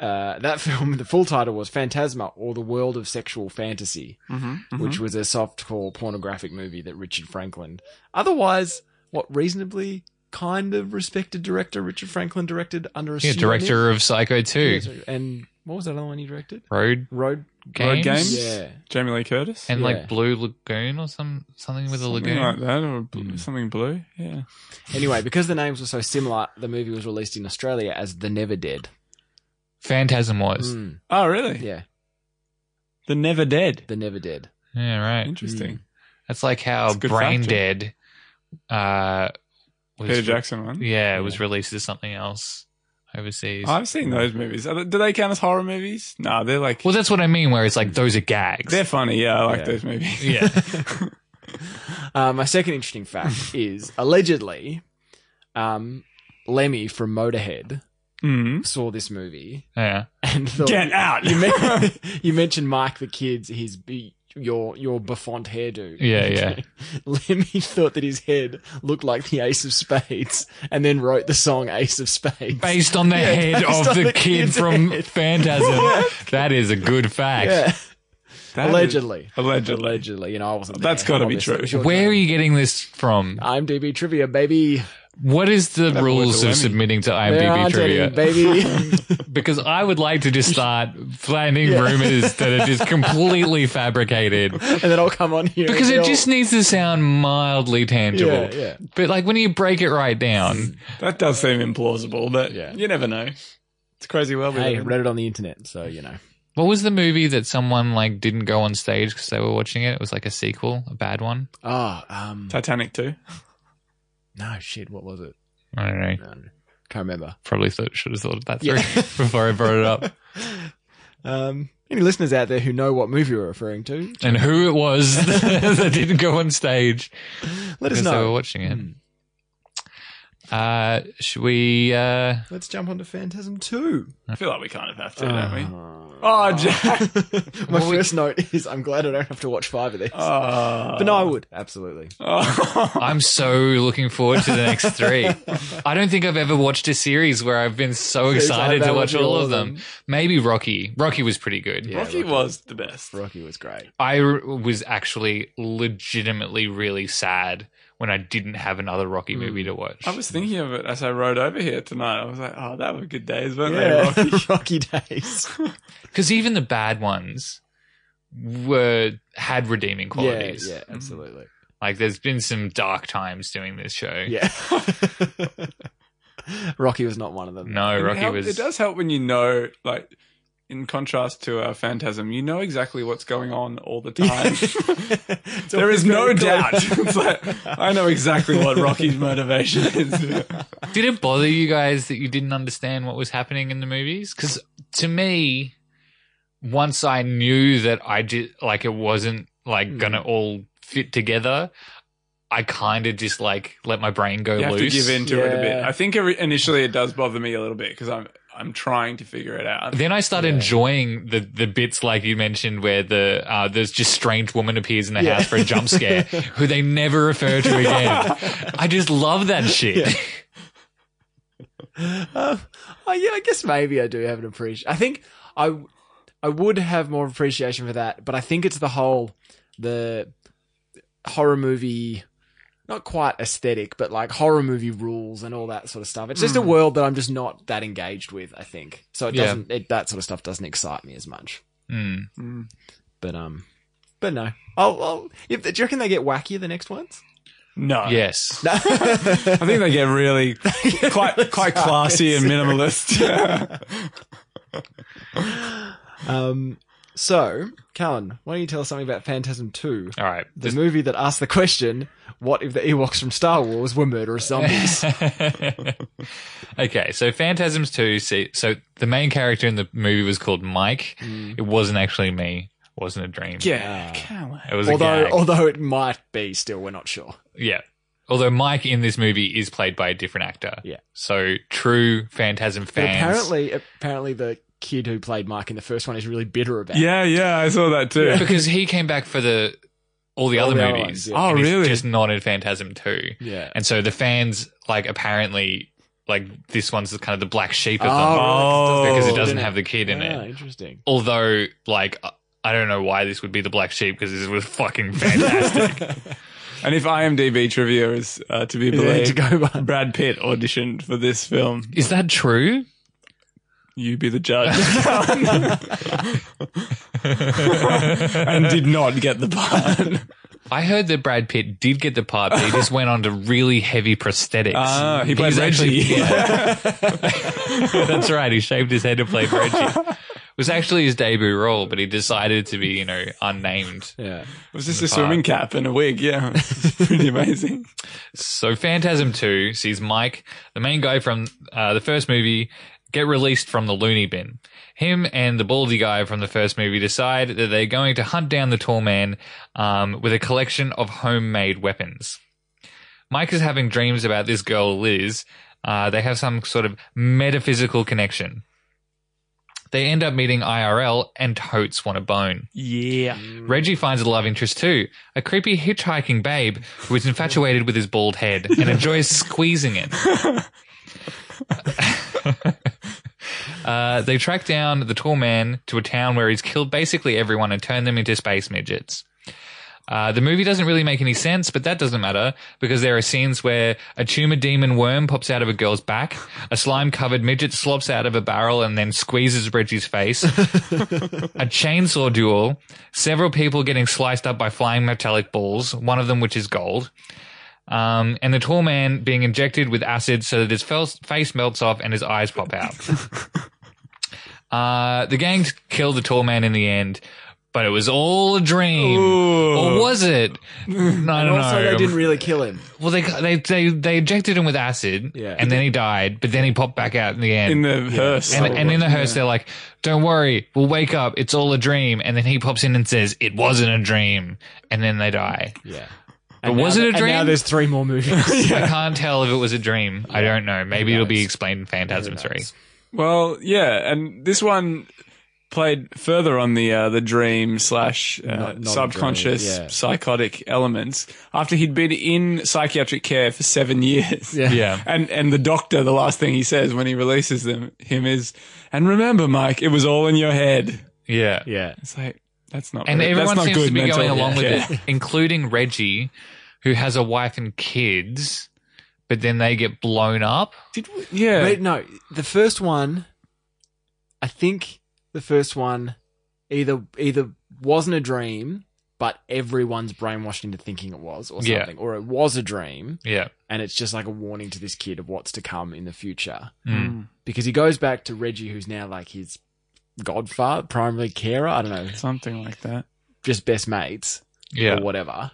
uh, that film, the full title was Phantasma or the World of Sexual Fantasy. which was a softcore pornographic movie that Richard Franklin, otherwise, what reasonably kind of respected director Richard Franklin directed under a Yeah, pseudonym. director of Psycho Yeah, 2. so- and what was that other one he directed? Road Road. Games. Games? Yeah. Jamie Lee Curtis. And Yeah. like Blue Lagoon or some something with a something lagoon. like that, or bl- Mm. something blue. Yeah. Anyway, because the names were so similar, the movie was released in Australia as The Never Dead. Phantasm was. Mm, Oh, really? yeah, The Never Dead. The Never Dead. Yeah, Mm. right. Interesting. That's like That's how a good Brain factor. Dead uh, was. Peter Jackson one. Yeah, it was released as something else overseas. I've seen those movies. Are they- Do they count as horror movies? No, they're like well, that's what I mean, where it's like those are gags. they're funny. Yeah, I like Yeah. those movies. yeah. Uh, my second interesting fact is allegedly, um, Lemmy from Motorhead Mhm. saw this movie yeah. and thought, Get out. you, men- you mentioned Mike the kids, his be- your your befont hairdo. Yeah, yeah. Lemmy thought that his head looked like the Ace of Spades, and then wrote the song Ace of Spades. Based on the Yeah, head based of on the, the kid kid's from head. Phantasm. that is a good fact. yeah, That allegedly, is- allegedly. allegedly. You know, I wasn't. That's there, gotta be obviously. true. It was your Where are dream. you getting this from? IMDb trivia, baby. What is the Whatever with rules the of Emmy. submitting to There IMDb aren't trivia? any, baby. Because I would like to just start planning rumors that are just completely fabricated. and then I'll come on here. Because and it they'll- just needs to sound mildly tangible. Yeah, Mm. yeah. But like when you break it right down, That does seem implausible, but Yeah. you never know. It's a crazy world. we Hey, live in. read it on the internet, so you know. what was the movie that someone like didn't go on stage because they were watching it? It was like a sequel, a bad one. Oh, um, Titanic too. no shit. What was it? I don't know. No, can't remember. Probably thought, should have thought of that through Yeah. before I brought it up. Um, any listeners out there who know what movie we're referring to, And who it was that didn't go on stage let us because they were know. watching it. Mm. Uh, should we? Uh, Let's jump onto Phantasm 2. I feel like we kind of have to, don't we? Oh, Oh, Jack. My Well, we- first note is I'm glad I don't have to watch five of these. Oh. Uh, but no, I would. Absolutely. Oh. I'm so looking forward to the next three. I don't think I've ever watched a series where I've been so excited to about watch watching all of them. Maybe Rocky. Rocky was pretty good. Yeah. Rocky Rocky. was the best. Rocky was great. I r- was actually legitimately really sad when I didn't have another Rocky movie Mm. to watch. I was thinking of it as I rode over here tonight. I was like, oh, that were good days, weren't they, Rocky? Rocky. days. Because even the bad ones were had redeeming yeah, qualities. yeah, absolutely. Like there's been some dark times doing this show. Yeah. Mm. Rocky was not one of them. No, It Rocky help- was It does help when you know, like, in contrast to uh, Phantasm, you know exactly what's going on all the time. there is no doubt. it's like, I know exactly what Rocky's motivation is. Did it bother you guys that you didn't understand what was happening in the movies? Because to me, once I knew that I did, like it wasn't Hmm. like gonna all fit together, I kind of just like let my brain go you have loose. to give in to it a bit. Yeah. I think every, initially it does bother me a little bit because I'm I'm trying to figure it out. Then I start enjoying the, the bits like you mentioned where the uh, there's just strange woman appears in the house for a jump scare who they never refer to again. I just love that shit. Um, oh, yeah, I guess maybe I do have an appreciation. I think I, I would have more appreciation for that, but I think it's the whole the horror movie, not quite aesthetic, but like horror movie rules and all that sort of stuff. It's just Mm. a world that I'm just not that engaged with. I think so. It Yeah. doesn't. It, that sort of stuff doesn't excite me as much. Mm. Mm. But um, but no. I'll, I'll, if, do you reckon they get wackier the next ones? No, Yes. No. I think they get really quite quite classy and minimalist. um. So, Callan, why don't you tell us something about Phantasm Two? All right. the movie that asked the question, "What if the Ewoks from Star Wars were murderous zombies?" okay, so Phantasms 2. See, so the main character in the movie was called Mike. Mm. It wasn't actually me. It wasn't a dream. yeah, It was a although, gag. although it might be, still we're not sure. yeah. Although Mike in this movie is played by a different actor. Yeah. So true Phantasm But fans. apparently, apparently the kid who played Mike in the first one is really bitter about. it. yeah, yeah. I saw that too. because he came back for the all the All other the other movies. ones, yeah. Oh, and he's really? Just not in Phantasm 2. yeah. And so the fans, like, apparently, like, this one's kind of the black sheep of them. right, Oh. because it Oh, doesn't didn't have the kid in Ah, it. Interesting. Although, like, I- I don't know why this would be the black sheep because this was fucking fantastic. And if IMDb trivia is uh, to be Is there to believed, go by? Brad Pitt auditioned for this film. Is that true? You be the judge, and did not get the part. I heard that Brad Pitt did get the part, but he just went on to really heavy prosthetics. Ah, he played He's actually- Reggie. That's right. He shaved his head to play Reggie. It was actually his debut role, but he decided to be, you know, unnamed. Yeah. It was just a part. swimming cap and a wig. Yeah, It's pretty amazing. So Phantasm 2 sees Mike, the main guy from uh, the first movie, get released from the loony bin. Him and the baldy guy from the first movie decide that they're going to hunt down the tall man um, with a collection of homemade weapons. Mike is having dreams about this girl, Liz. Uh, they have some sort of metaphysical connection. They end up meeting IRL and totes want a bone. Yeah, Reggie finds a love interest too, a creepy hitchhiking babe who is infatuated with his bald head and enjoys squeezing it. uh, they track down the tall man to a town where he's killed basically everyone and turned them into space midgets. Uh, the movie doesn't really make any sense, but that doesn't matter because there are scenes where a tumor demon worm pops out of a girl's back, a slime covered midget slops out of a barrel and then squeezes Reggie's face, a chainsaw duel, several people getting sliced up by flying metallic balls, one of them which is gold, um, and the tall man being injected with acid so that his fel- face melts off and his eyes pop out. uh, the gang killed the tall man in the end, but it was all a dream. Or was it? No, I don't Also, know. they didn't really kill him. well, they, they they they injected him with acid, Yeah. and then he died. But then he popped back out in the end. in the hearse. And, and in the hearse, they're like, don't worry, we'll wake up. It's all a dream. And then he pops in and says, it wasn't a dream. And then they die. Yeah. But was it a And now dream? there's three more movies. I can't tell if it was a dream. I don't know. Maybe it'll be knows? explained in Phantasm 3. Well, yeah, and this one played further on the uh, the dream slash uh, Not- not a subconscious dream, yeah. psychotic elements after he'd been in psychiatric care for seven years. Yeah. Yeah. And and the doctor, the last thing he says when he releases them him is, and remember, Mike, it was all in your head. Yeah. yeah. It's like that's not. And very- everyone that's not seems good to be mental going along health care. with it, including Reggie, who has a wife and kids, but then they get blown up. Did we- yeah. But no, the first one, I think the first one either either wasn't a dream, but everyone's brainwashed into thinking it was, or Yeah. something, or it was a dream, Yeah. and it's just like a warning to this kid of what's to come in the future. Mm. Because he goes back to Reggie, who's now like his godfather, primary carer. I don't know, Something like that. just best mates Yeah. or whatever.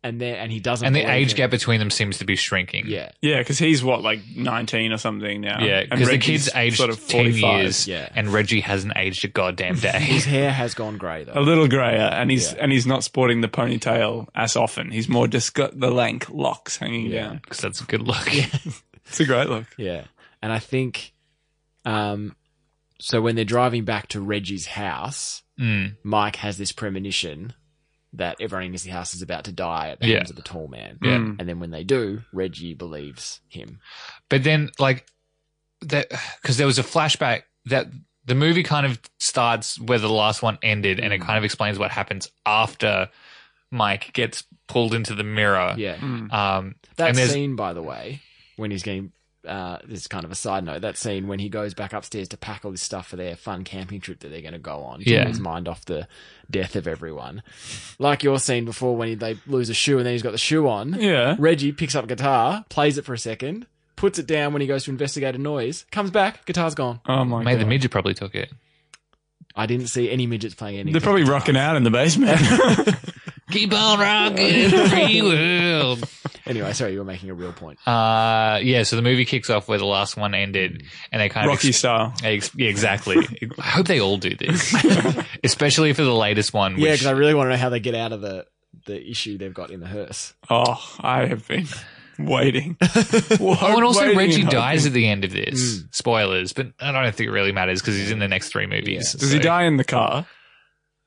And then and he doesn't. And the believe age him. gap between them seems to be shrinking. Yeah, Yeah, because he's what, like 19 or something now? Yeah. And Because the Reggie's kid's aged sort of 10 45. years yeah. and Reggie hasn't aged a goddamn day. His hair has gone grey A though. little grayer, and he's Yeah. and he's not sporting the ponytail as often. He's more just got the lank locks hanging Yeah. down. Because that's a good look. It's a great look. Yeah, and I think, um, so when they're driving back to Reggie's house, Mm. Mike has this premonition that everyone in his house is about to die at the Yeah. hands of the tall man. Yeah. Mm. And then when they do, Reggie believes him. But then, like, that because there was a flashback that the movie kind of starts where the last one ended, and it Mhm. kind of explains what happens after Mike gets pulled into the mirror. Yeah. Mm. Um, That Uh, And there's- scene, by the way, when he's getting uh, this is kind of a side note. That scene when he goes back upstairs to pack all this stuff for their fun camping trip that they're going to go on to Yeah. get his mind off the death of everyone. Like your scene before when he, they lose a shoe and then he's got the shoe on. Yeah. Reggie picks up a guitar, plays it for a second, puts it down when he goes to investigate a noise, comes back, guitar's gone. Oh my May the god. midget probably took it. I didn't see any midgets playing anything. They're probably rocking out in the basement. Keep on rocking, free world. Anyway, sorry, you were making a real point. Uh, yeah. So the movie kicks off where the last one ended, and they kind of Mm. Rocky style. Ex- yeah, exactly. I hope they all do this, especially for the latest one. Yeah, Which, because I really want to know how they get out of the the issue they've got in the hearse. Oh, I have been waiting. oh, and also Waiting Reggie and dies hoping. at the end of this. Mm. Spoilers, but I don't think it really matters because he's in the next three movies. Does he so- die in the car?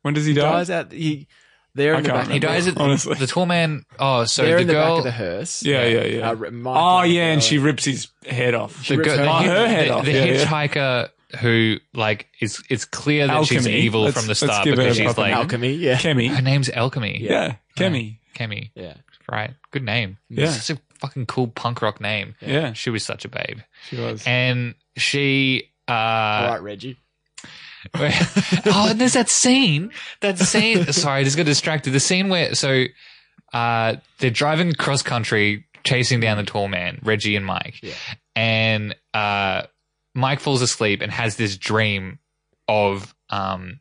When does he die? Dies out. He, they're I in the can't back. He of the- dies at Honestly. the tall man. Oh, so they're the in the girl. back of the hearse. yeah, yeah, yeah. Uh, Mike- oh, yeah, and uh, she rips his head off. She the rips girl- her the arm. hit- Oh, her head the- off. the Yeah, yeah. hitchhiker who like is it's clear that she's Alchemy. evil Let's- from the let's start give her because a she's proper like name. alchemy. Yeah, Kemi. her name's Alchemy. Yeah, Kemi. Kemi. yeah. Right, good name. Yeah. such a fucking cool punk rock name. Yeah. She was such a babe. she was. and she All uh right, Reggie. oh and there's that scene that scene sorry i just got distracted the scene where so uh they're driving cross country chasing down the tall man reggie and mike Yeah. and uh mike falls asleep and has this dream of um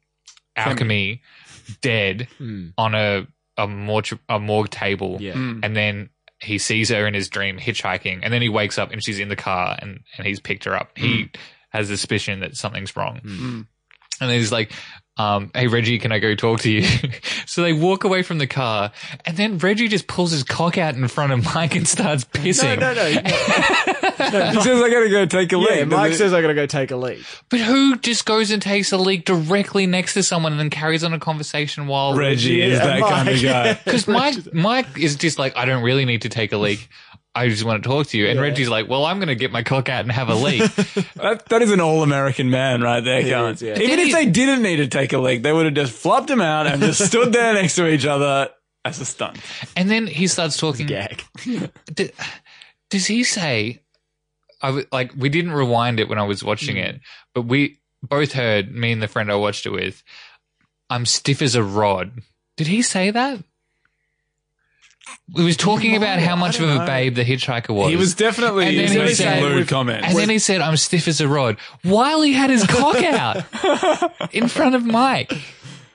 alchemy dead Mm. on a a morgue, a morgue table Yeah. hmm. Mm. and then he sees her in his dream hitchhiking and then he wakes up and she's in the car and, and he's picked her up he Mm. has a suspicion that something's wrong Mm. and then he's like um, hey reggie can i go talk to you so they walk away from the car and then reggie just pulls his cock out in front of mike and starts pissing No, no, no. He says, I gotta go take a leak. yeah, Does Mike it- says I gotta go take a leak. but who just goes and takes a leak directly next to someone and then carries on a conversation while Reggie is Yeah, that kind of Mike. guy. Because Mike, Mike is just like, I don't really need to take a leak. I just want to talk to you. And Yeah. Reggie's like, well, I'm going to get my cock out and have a leak. That, that is an all American man right there, Carl. is, yeah. Even Did if he- they didn't need to take a leak, they would have just flopped him out and just stood there next to each other as a stunt. and then he starts talking. Gag. D- does he say, I w- like, we didn't rewind it when I was watching Mm. it, but we both heard, me and the friend I watched it with, I'm stiff as a rod. Did he say that? We was talking about how much I of a don't know. babe the hitchhiker was. He was definitely And then he making said- lewd comments. and then he said, I'm stiff as a rod, while he had his cock out in front of Mike.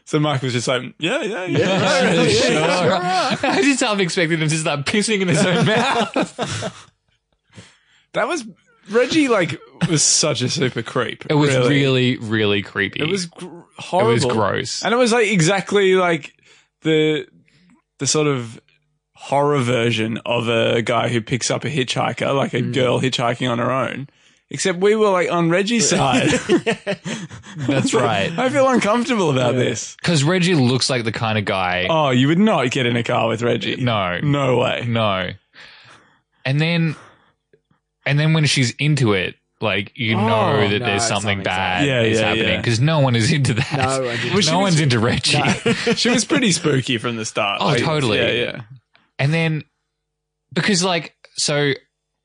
so Mike was just like, yeah, yeah, yeah. Yeah. right, Sure. yeah. I just I'm expecting him to start pissing in his own mouth. That was Reggie. Like was such a super creep. It was really, really, creepy. It was gr- It horrible. was gross. And it was like exactly like the the sort of horror version of a guy who picks up a hitchhiker, like a girl hitchhiking on her own. Except we were like on Reggie's side. That's right. I feel uncomfortable about this. Because Reggie looks like the kind of guy. Oh, you would not get in a car with Reggie. no, No way. no. And then, and then when she's into it, like you Oh, know that no, there's something something's bad up. Yeah, is yeah, happening yeah. because no one is into that. No, I didn't. No one's into Reggie. she was pretty spooky from the start. Oh, totally. Yeah, yeah. And then, because like, so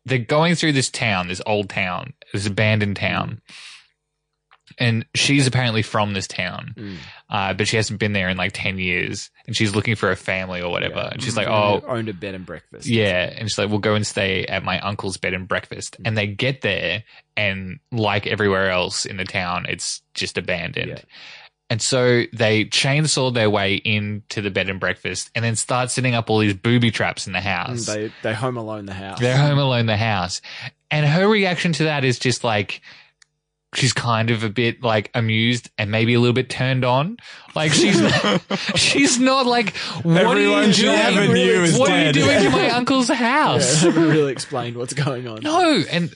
they're going through this town, this old town, this abandoned town, and she's apparently from this town, Mm. uh, but she hasn't been there in like ten years, and she's looking for a family or whatever. And she's like, "Oh, owned a bed and breakfast. yeah. And she's like, we'll go and stay at my uncle's bed and breakfast. And they get there, and like everywhere else in the town, it's just abandoned. Yeah. And so they chainsaw their way into the bed and breakfast and then start setting up all these booby traps in the And house. Mm, they they home alone the house. They're home alone the house. And her reaction to that is just like, she's kind of a bit like amused and maybe a little bit turned on. Like she's, she's not like, what are you Everyone she doing? ever knew is what dead." are you doing to my uncle's Yeah, house? they haven't really explained what's going on. No, and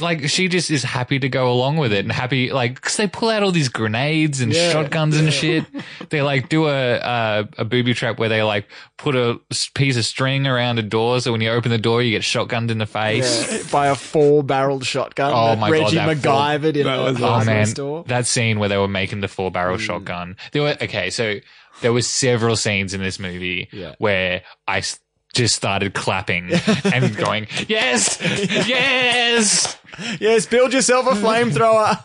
like she just is happy to go along with it and happy like because they pull out all these grenades and Yeah. shotguns and shit. They like do a, a a booby trap where they like put a s- piece of string around a door so when you open the door you get shotgunned in the face. Yeah, by a four-barreled shotgun Oh that my God, Reggie that full- MacGyvered in that was a awesome. Oh hardware man, store. Mm. that scene where they were making the four barrel shotgun. There were okay, so there were several scenes in this movie Yeah. where I s- just started clapping and going yes, yes. Yes, build yourself a flamethrower.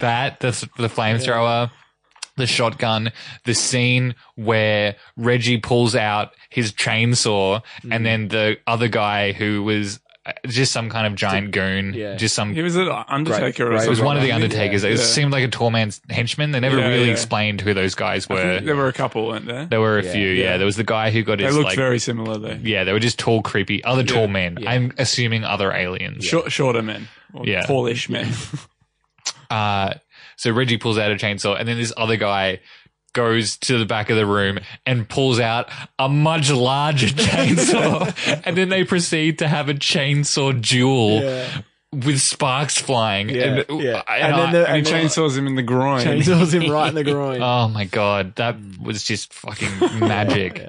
that the the flamethrower, the shotgun, the scene where Reggie pulls out his chainsaw, Mm. and then the other guy who was uh, just some kind of giant goon, yeah. just some. He was an Undertaker Right, or right. It something. was one of the wasn't he? Undertakers. It Yeah. seemed like a tall man's henchman. They never Yeah, really yeah. explained who those guys I were. think There were a couple, weren't there? There were a Yeah, few. Yeah. yeah. there was the guy who got They his looked like. very similar though. yeah, they were just tall, creepy, other tall men. yeah. I'm assuming other aliens. Short, shorter men, or Yeah. tallish men. Uh, so Reggie pulls out a chainsaw, and then this other guy goes to the back of the room and pulls out a much larger chainsaw. and then they proceed to have a chainsaw duel Yeah. with sparks flying. Yeah, and, yeah. I- And then I- the- and he chainsaws him in the groin. Chainsaws him right in the groin. oh my god, that was just fucking magic.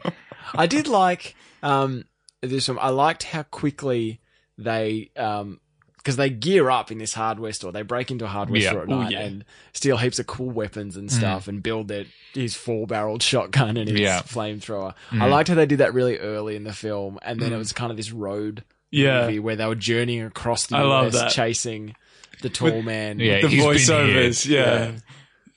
I did like um, this one. I liked how quickly they um 'cause because they gear up in this hardware store. They break into a hardware Yeah. store at Ooh, night yeah. Mm. and steal heaps of cool weapons and stuff, and build their his four barreled shotgun and his Yeah. flamethrower. I Mm. liked how they did that really early in the film, and then it was kind of this road Mm. Yeah. movie where they were journeying across the I US love that. chasing the tall man. Yeah. The He's been voiceovers, yeah. Yeah.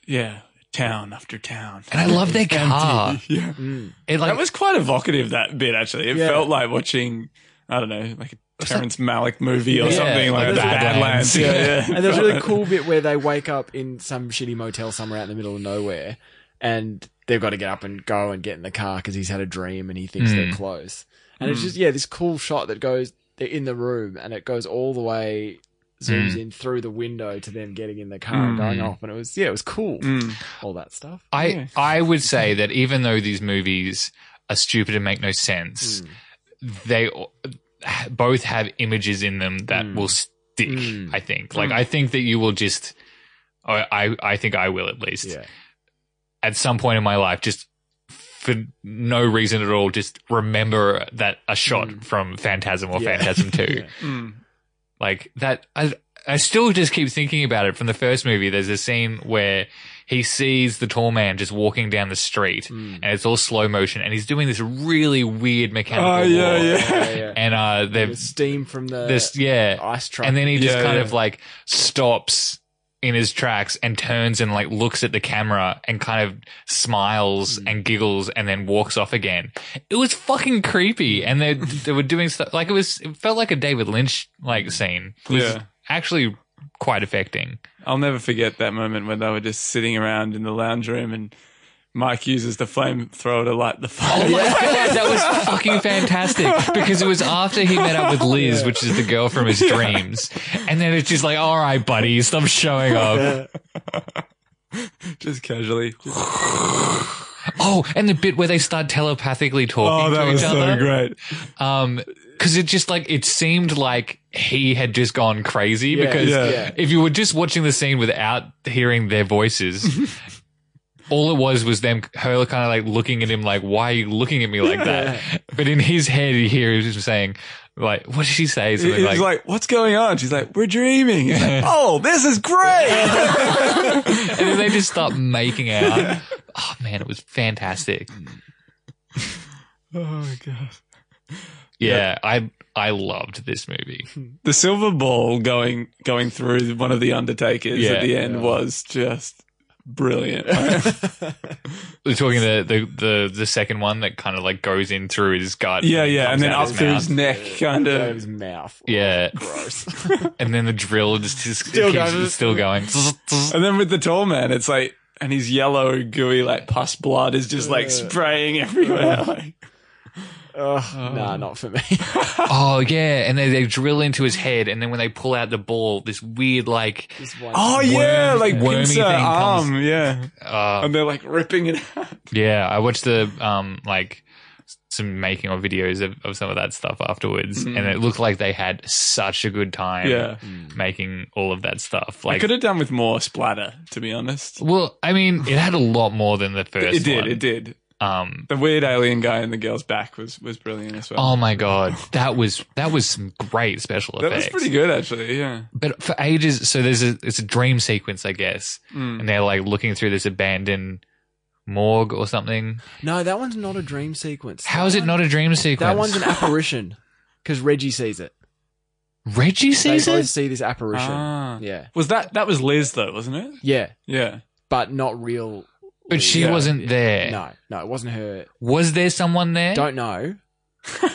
yeah. Town after town. And I love their car. Yeah. Mm. It like That was quite evocative, that bit, actually. It Yeah. felt like watching, I don't know, like a Terrence Malick movie or Yeah, something like, like that. Badlands. Badlands. Yeah, yeah. And there's a really cool bit where they wake up in some shitty motel somewhere out in the middle of nowhere and they've got to get up and go and get in the car because he's had a dream and he thinks they're Mm. close. And Hmm. it's just, yeah, this cool shot that goes, they're in the room and it goes all the way, zooms Mm. in through the window to them getting in the car and going Mm. off. And it was, yeah, it was cool. Hmm. Mm. All that stuff. I Yeah. I would say that even though these movies are stupid and make no sense, Hmm. they o- both have images in them that Mm. will stick. Mm. I think. Like Mm. I think that you will just. I I, I think I will at least Yeah. at some point in my life just. For no reason at all, just remember that a shot Mm. from Phantasm or Yeah. Phantasm Two, Yeah. Mm. like that. I I still just keep thinking about it from the first movie. There's a scene where he sees the tall man just walking down the street, Mm. and it's all slow motion, and he's doing this really weird mechanical. Oh, yeah, walk. yeah. Yeah, yeah. And uh, The they're steam from the this, yeah, ice truck. and then he just Yeah, kind yeah. of like stops in his tracks and turns and like looks at the camera and kind of smiles Mm. and giggles and then walks off again. It was fucking creepy, and they they were doing stuff like it was. It felt like a David Lynch like scene. It was Yeah. actually quite affecting. I'll never forget that moment when they were just sitting around in the lounge room and Mike uses the flamethrower to light the fire. Oh my god, that was fucking fantastic because it was after he met up with Liz, which is the girl from his dreams, and then it's just like, all right, buddy, stop showing up. just casually. Oh, and the bit where they start telepathically Oh, talking that to was each other, so great. um, because it just like it seemed like he had just gone crazy Yeah, because yeah. yeah. if you were just watching the scene without hearing their voices. All it was was them, her kind of like looking at him, like, why are you looking at me like that? But in his head, he hears him saying, like, what did she say? He- Something He's like, "What's going on?" She's like, "We're dreaming." He's like, oh, this is great. and then they just start making out. Oh man, it was fantastic. oh god. Yeah, I I loved this movie. The silver ball going going through one of the undertakers Yeah. at the end Yeah. was just brilliant. We're talking the the the, the second one that kind of like goes in through his gut. yeah, yeah, comes and then out up through his mouth. neck, kind Out of of. his mouth. Yeah, Gross. and then the drill just, just Still still, keeps, going. still going. And then with the tall man, it's like, and his yellow, gooey, like pus blood is just like spraying everywhere. Like, Ugh, Nah, not for me. oh yeah, and they, they drill into his head, and then when they pull out the ball, this weird like Just one- oh yeah, Worm- like wormy pincer thing arm, comes- yeah. uh, And they're like ripping it out. Yeah, I watched the um like some making of videos of, of some of that stuff afterwards, Mhm. and it looked like they had such a good time Yeah, Mm. making all of that stuff. I Like, could have done with more splatter, to be honest. well, I mean, it had a lot more than the first. It did, one. it did. Um, The weird alien guy in the girl's back was was brilliant as well. oh my god, that was that was some great special that was effects. pretty good actually. Yeah. But for ages, so there's a it's a dream sequence, I guess, Mm. and they're like looking through this abandoned morgue or something. No, that one's not a dream sequence. How is it not a dream sequence? That one's an apparition because Reggie sees it. Reggie sees They both it. see this apparition. Ah. Yeah, Was that that was Liz though, wasn't it? yeah, Yeah. but not real. But she Yeah. wasn't there. No, no, it wasn't her. Was there someone there? Don't know.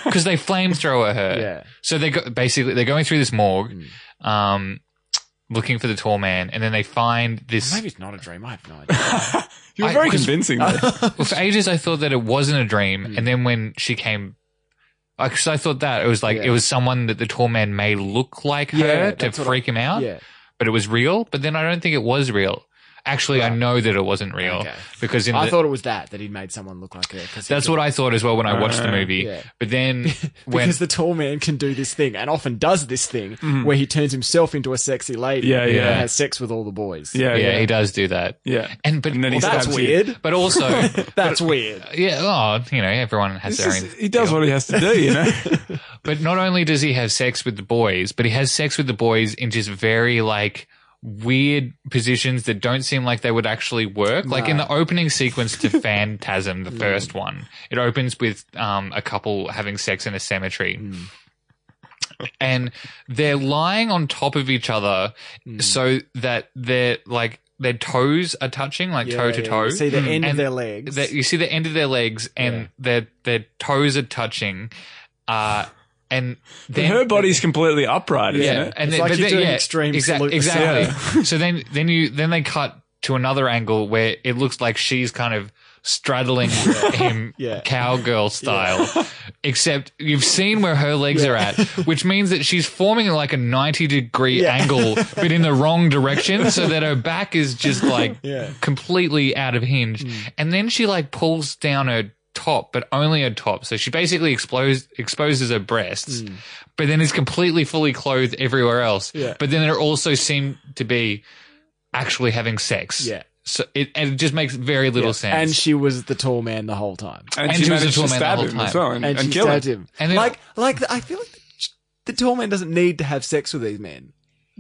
because they flamethrower her. Yeah, So they go, basically they're going through this morgue, Mm. um, looking for the tall man, and then they find this. maybe it's not a dream. I have no idea. you were I- very because- convincing. though. Well, for ages I thought that it wasn't a dream, Mm. and then when she came. Because I thought that it was like Yeah. it was someone that the tall man may look like Yeah, her to that's what I- freak him out, yeah, but it was real. But then I don't think it was real. Actually, I Right. know that it wasn't real Okay. because in I the, thought it was that that he'd made someone look like her. 'cause he that's could- what I thought as well when I watched the Uh, movie. yeah. But then when Because the tall man can do this thing and often does this thing where he turns himself into a sexy lady Yeah, and Mm-hmm. yeah. has sex with all the boys. yeah, yeah, he yeah. does do that, Yeah. and but And then he but- That's stabs you. weird. but also That's weird. Yeah, oh, you know, everyone has It's their just- own. he does what he has to do, you know. But not only does he have sex with the boys, but he has sex with the boys in just very like weird positions that don't seem like they would actually work. Like in No. the opening sequence to Phantasm, the Mm. first one, it opens with um, a couple having sex in a cemetery. Mm. And they're lying on top of each other Mm. so that they're like their toes are touching, like Yeah, toe to yeah, toe. Mm. Hmm. You see the end of And their legs. that you see the end of their legs and Yeah. their their toes are touching, uh, and then Her body's completely upright, isn't yeah, it? and It's then, like but you're then- doing yeah, extreme salute exactly. to exactly. so then then you then they cut to another angle where it looks like she's kind of straddling him Yeah. cowgirl style except you've seen where her legs are at which means that she's forming like a 90 degree Yeah. angle but in the wrong direction so that her back is just like Yeah. Mm. completely out of hinge. And then she like pulls down her top, but only her top. So she basically exposed, exposes her breasts, Mm. but then is completely fully clothed everywhere else. Hmm. Yeah. But then there also seem to be actually having sex. Yeah. So it, and it just makes very little sense. And she was the tall man the whole time. And, and she she was a managed tall to man the stab whole him as time. well and, And, and she kill him. stabbed him. And then- like, like I feel like the, the tall man doesn't need to have sex with these men.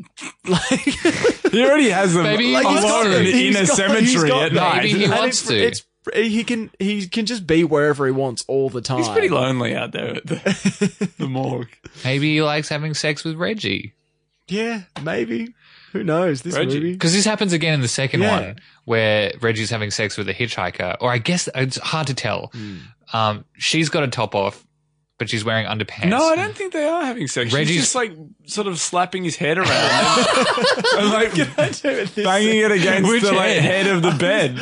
Like, He already has them Maybe he alone wants to. in He's a got- he's cemetery got- at maybe night. he and wants to. it's, It's, he can he can just be wherever he wants all the time. He's pretty lonely out there at the, the morgue. Maybe he likes having sex with Reggie. Yeah, maybe. Who knows? This Reggie. movie. Because this happens again in the second Yeah. one where Reggie's having sex with a hitchhiker, or I guess it's hard to tell. Hmm. Um, she's got a top off, but she's wearing underpants. No, I don't think they are having sex. Reggie's- She's just like sort of slapping his head around and like banging it against Which the like, head? head of the bed.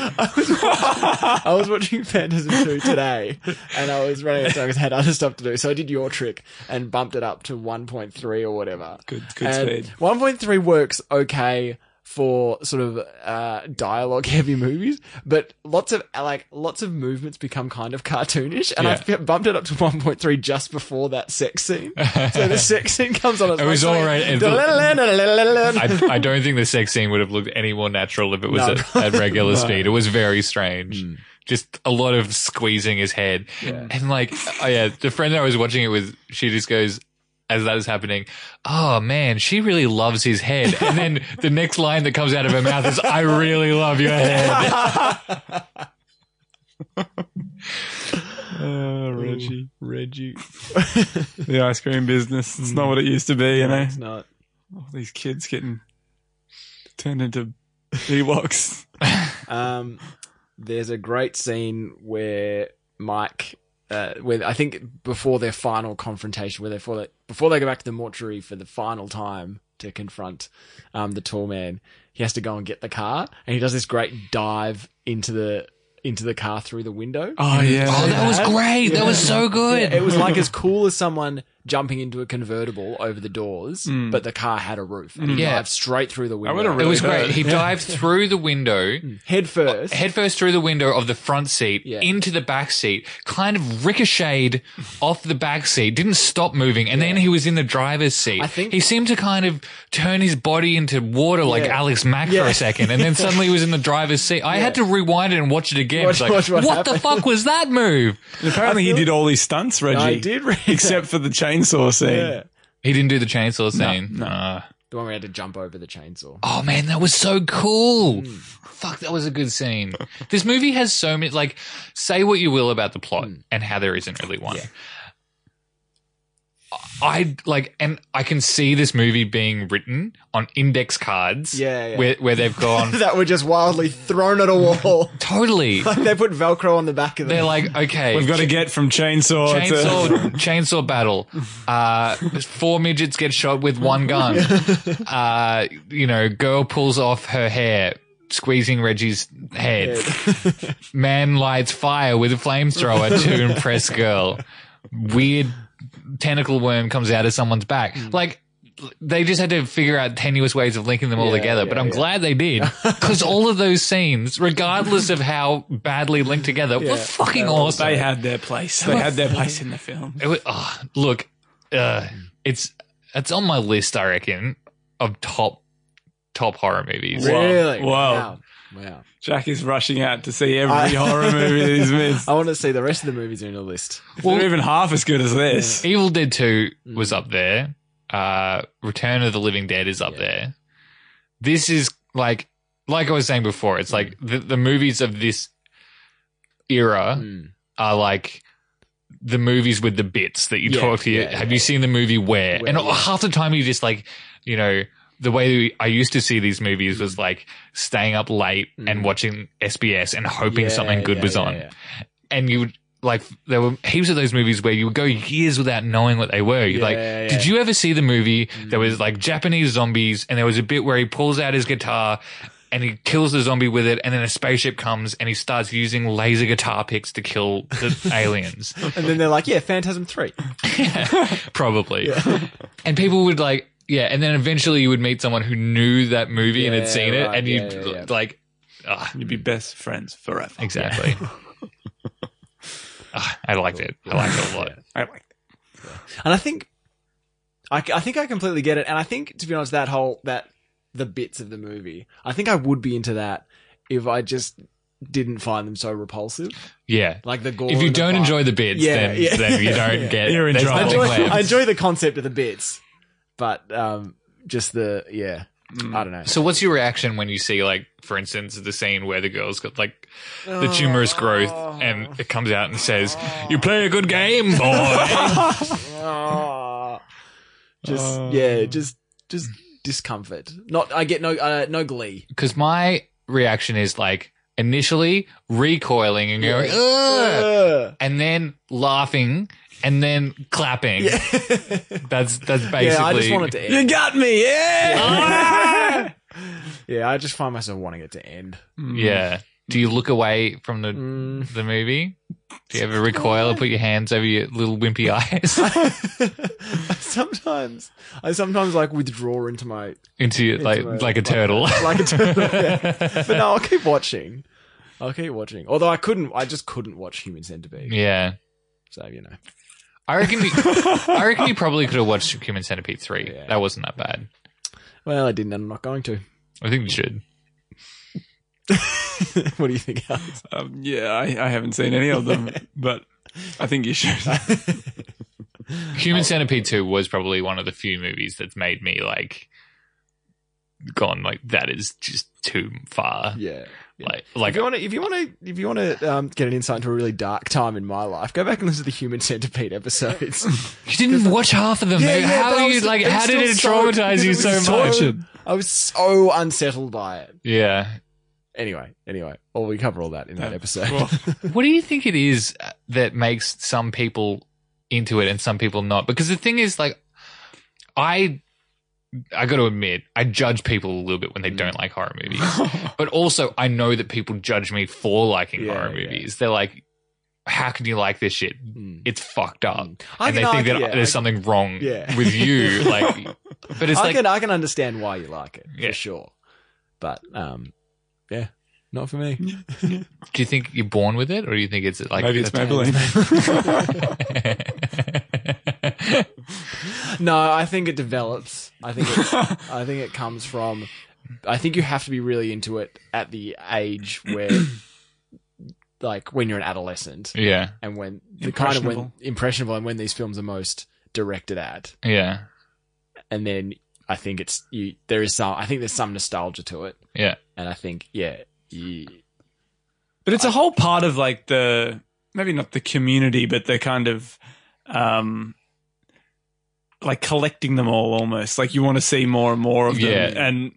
I was watching Phantasm 2 today and I was running out of time because I had other stuff to do. So I did your trick and bumped it up to 1.3 or whatever. Good- good And speed. 1.3 works okay for sort of uh, dialogue heavy movies, but lots of like lots of movements become kind of cartoonish. And I bumped it up to 1.3 just before that sex scene. so the sex scene comes on. It was all right. It I, I don't think the sex scene would have looked any more natural if it was No. Hmm. at, at regular speed. It was very strange. Just a lot of squeezing his head. And like, oh yeah, the friend that I was watching it with, she just goes, as that is happening, oh man, she really loves his head. And then the next line that comes out of her mouth is, I really love your head. Oh, Reggie. Reggie. The ice cream business. It's not what it used to be, you know? it's not. All these kids getting turned into Ewoks. Um, there's a great scene where Mike, uh, where I think before their final confrontation, where they before they, before they go back to the mortuary for the final time to confront um, the tall man, he has to go and get the car, and he does this great dive into the into the car through the window. Oh, yeah. Oh, that was Yeah. great. Yeah. That was so good. Yeah, it was like as cool as someone jumping into a convertible over the doors, Mm. but the car had a roof. And Mm. he Yeah. dived straight through the window. would've It really was great. hurt. He Yeah. dived through the window. head first. Headfirst through the window of the front seat Yeah. into the back seat, kind of ricocheted off the back seat, didn't stop moving, and then he was in the driver's seat. I think- he seemed to kind of turn his body into water like Yeah. Alex Mack for Yeah. a second, and then suddenly he was in the driver's seat. I had to rewind it and watch it again. Watch- It's like, watch what what the fuck was that move? Apparently, he did all these stunts, Reggie. I did read that. Except for the chainsaw scene. Yeah. He didn't do the chainsaw scene. Uh, The one where he had to jump over the chainsaw. Oh man, that was so cool. Fuck, that was a good scene. this movie has so many like say what you will about the plot and how there isn't really one. I like and I can see this movie being written on index cards Yeah, yeah. where where they've gone that were just wildly thrown at a wall. totally. they put Velcro on the back of They're them. like, okay, We've got to get from chainsaw, chainsaw to. chainsaw battle. Uh, four midgets get shot with one gun. Uh, you know, girl pulls off her hair, squeezing Reggie's head. Man lights fire with a flamethrower to impress girl. Weird tentacle worm comes out of someone's back. Like. They just had to figure out tenuous ways of linking them all Yeah, together, but yeah, I'm yeah. glad they did because all of those scenes, regardless of how badly linked together, Yeah. were fucking awesome. They had their place. They had their place in the film. It was, oh, look, uh, it's it's on my list, I reckon, of top top horror movies. Really? really? Wow. Wow. Wow. Jack is rushing out to see every I- horror movie that he's missed. I want to see the rest of the movies in the list. They're even half as good as this. Evil Dead Two Hmm. was up there. Uh, Return of the Living Dead is up Yeah. there. This is like like I was saying before. Hmm. It's like the, the movies of this era Mm. are like. The movies with the bits that you Yeah, talk to. you. yeah, Have yeah. you seen the movie Where? Where, and yeah. half the time you just like, you know, the way I used to see these movies was Hmm. like staying up late Mm. and watching SBS and hoping Yeah, something good yeah, was yeah, on. yeah. And you would like there were heaps of those movies where you would go years without knowing what they were. You're Yeah, like, yeah. Mm. did you ever see the movie that was like Japanese zombies and there was a bit where he pulls out his guitar and he kills the zombie with it and then a spaceship comes and he starts using laser guitar picks to kill the aliens. And then they're like, yeah, Phantasm 3. probably. And people would like, yeah, and then eventually you would meet someone who knew that movie and Yeah, had seen right, it, and yeah, you'd yeah, yeah. like, ah, You'd be best friends forever. exactly. Ah, I liked it. I liked it a lot. I like And I think, I, I think I completely get it. And I think, to be honest, that whole, that, the bits of the movie, I think I would be into that if I just didn't find them so repulsive. Yeah. Like the gore. If you and the don't violence. enjoy the bits, Yeah, then, yeah. then you don't Yeah. get. You're in there's trouble. I nothing enjoy, I left. enjoy the concept of the bits, but um, just the yeah. Mm. I don't know. So, what's your reaction when you see, like, for instance, the scene where the girl's got like the Oh. tumorous growth, and it comes out and says, "You play a good game, boy." Ah. just Oh. yeah, just just discomfort. Not I get no uh, no glee. because my reaction is like initially recoiling and going, Yeah. Uh. Ugh, Ugh. and then laughing and then clapping. Yeah. That's that's basically. yeah, I just want it to You end. got me, yeah. Yeah, I just find myself wanting it to end. Yeah. Do you look away from the Mm. the movie? Do you ever recoil and put your hands over your little wimpy eyes sometimes I sometimes like withdraw into my into your, like my- like a turtle? like a turtle. yeah. But no, I'll keep watching. I'll keep watching. Although I couldn't, I just couldn't watch Human Centipede. yeah. So you know, I reckon. You, I reckon you probably could have watched Human Centipede three. Yeah. That wasn't that bad. well, I didn't, and I'm not going to. I think you should. what do you think, Alex? Um, yeah, I, I haven't seen any of them, but I think you should. Oh. Human Centipede 2 was probably one of the few movies that's made me like gone like that is just too far. yeah, Like, like if you want to, if you want to, if you want to um, get an insight into a really dark time in my life, go back and listen to the Human Centipede episodes. you didn't watch half of them. mate. how but I are you was- like? was How did still it so- traumatize because you it so was much? I was so unsettled by it. yeah. Anyway, anyway, well, we cover all that in that Yeah. episode. Well, What do you think it is uh, that makes some people into it and some people not? Because the thing is, like, I I got to admit, I judge people a little bit when they Mm. don't like horror movies. but also I know that people judge me for liking Yeah, horror yeah. movies. They're like, "How can you like this shit? Mm. It's fucked up." I uh, and they can think that argue- yeah, there's I- something wrong Yeah. with you. Like, but it's I like, can I can understand why you like it Yeah. for sure, but um, yeah, not for me. do you think you're born with it, or do you think it's like Maybe it's that's- Maybelline. No, I think it develops. I think it, I think it comes from. I think you have to be really into it at the age where, like, when you're an adolescent yeah, and when the kind of when Impressionable. impressionable and when these films are most directed at, yeah, and then I think it's you. There is some. I think there's some nostalgia to it, yeah. and I think yeah, you, But it's a whole part of like the maybe not the community, but the kind of um like collecting them all almost. Like you want to see more and more of them. Yeah. And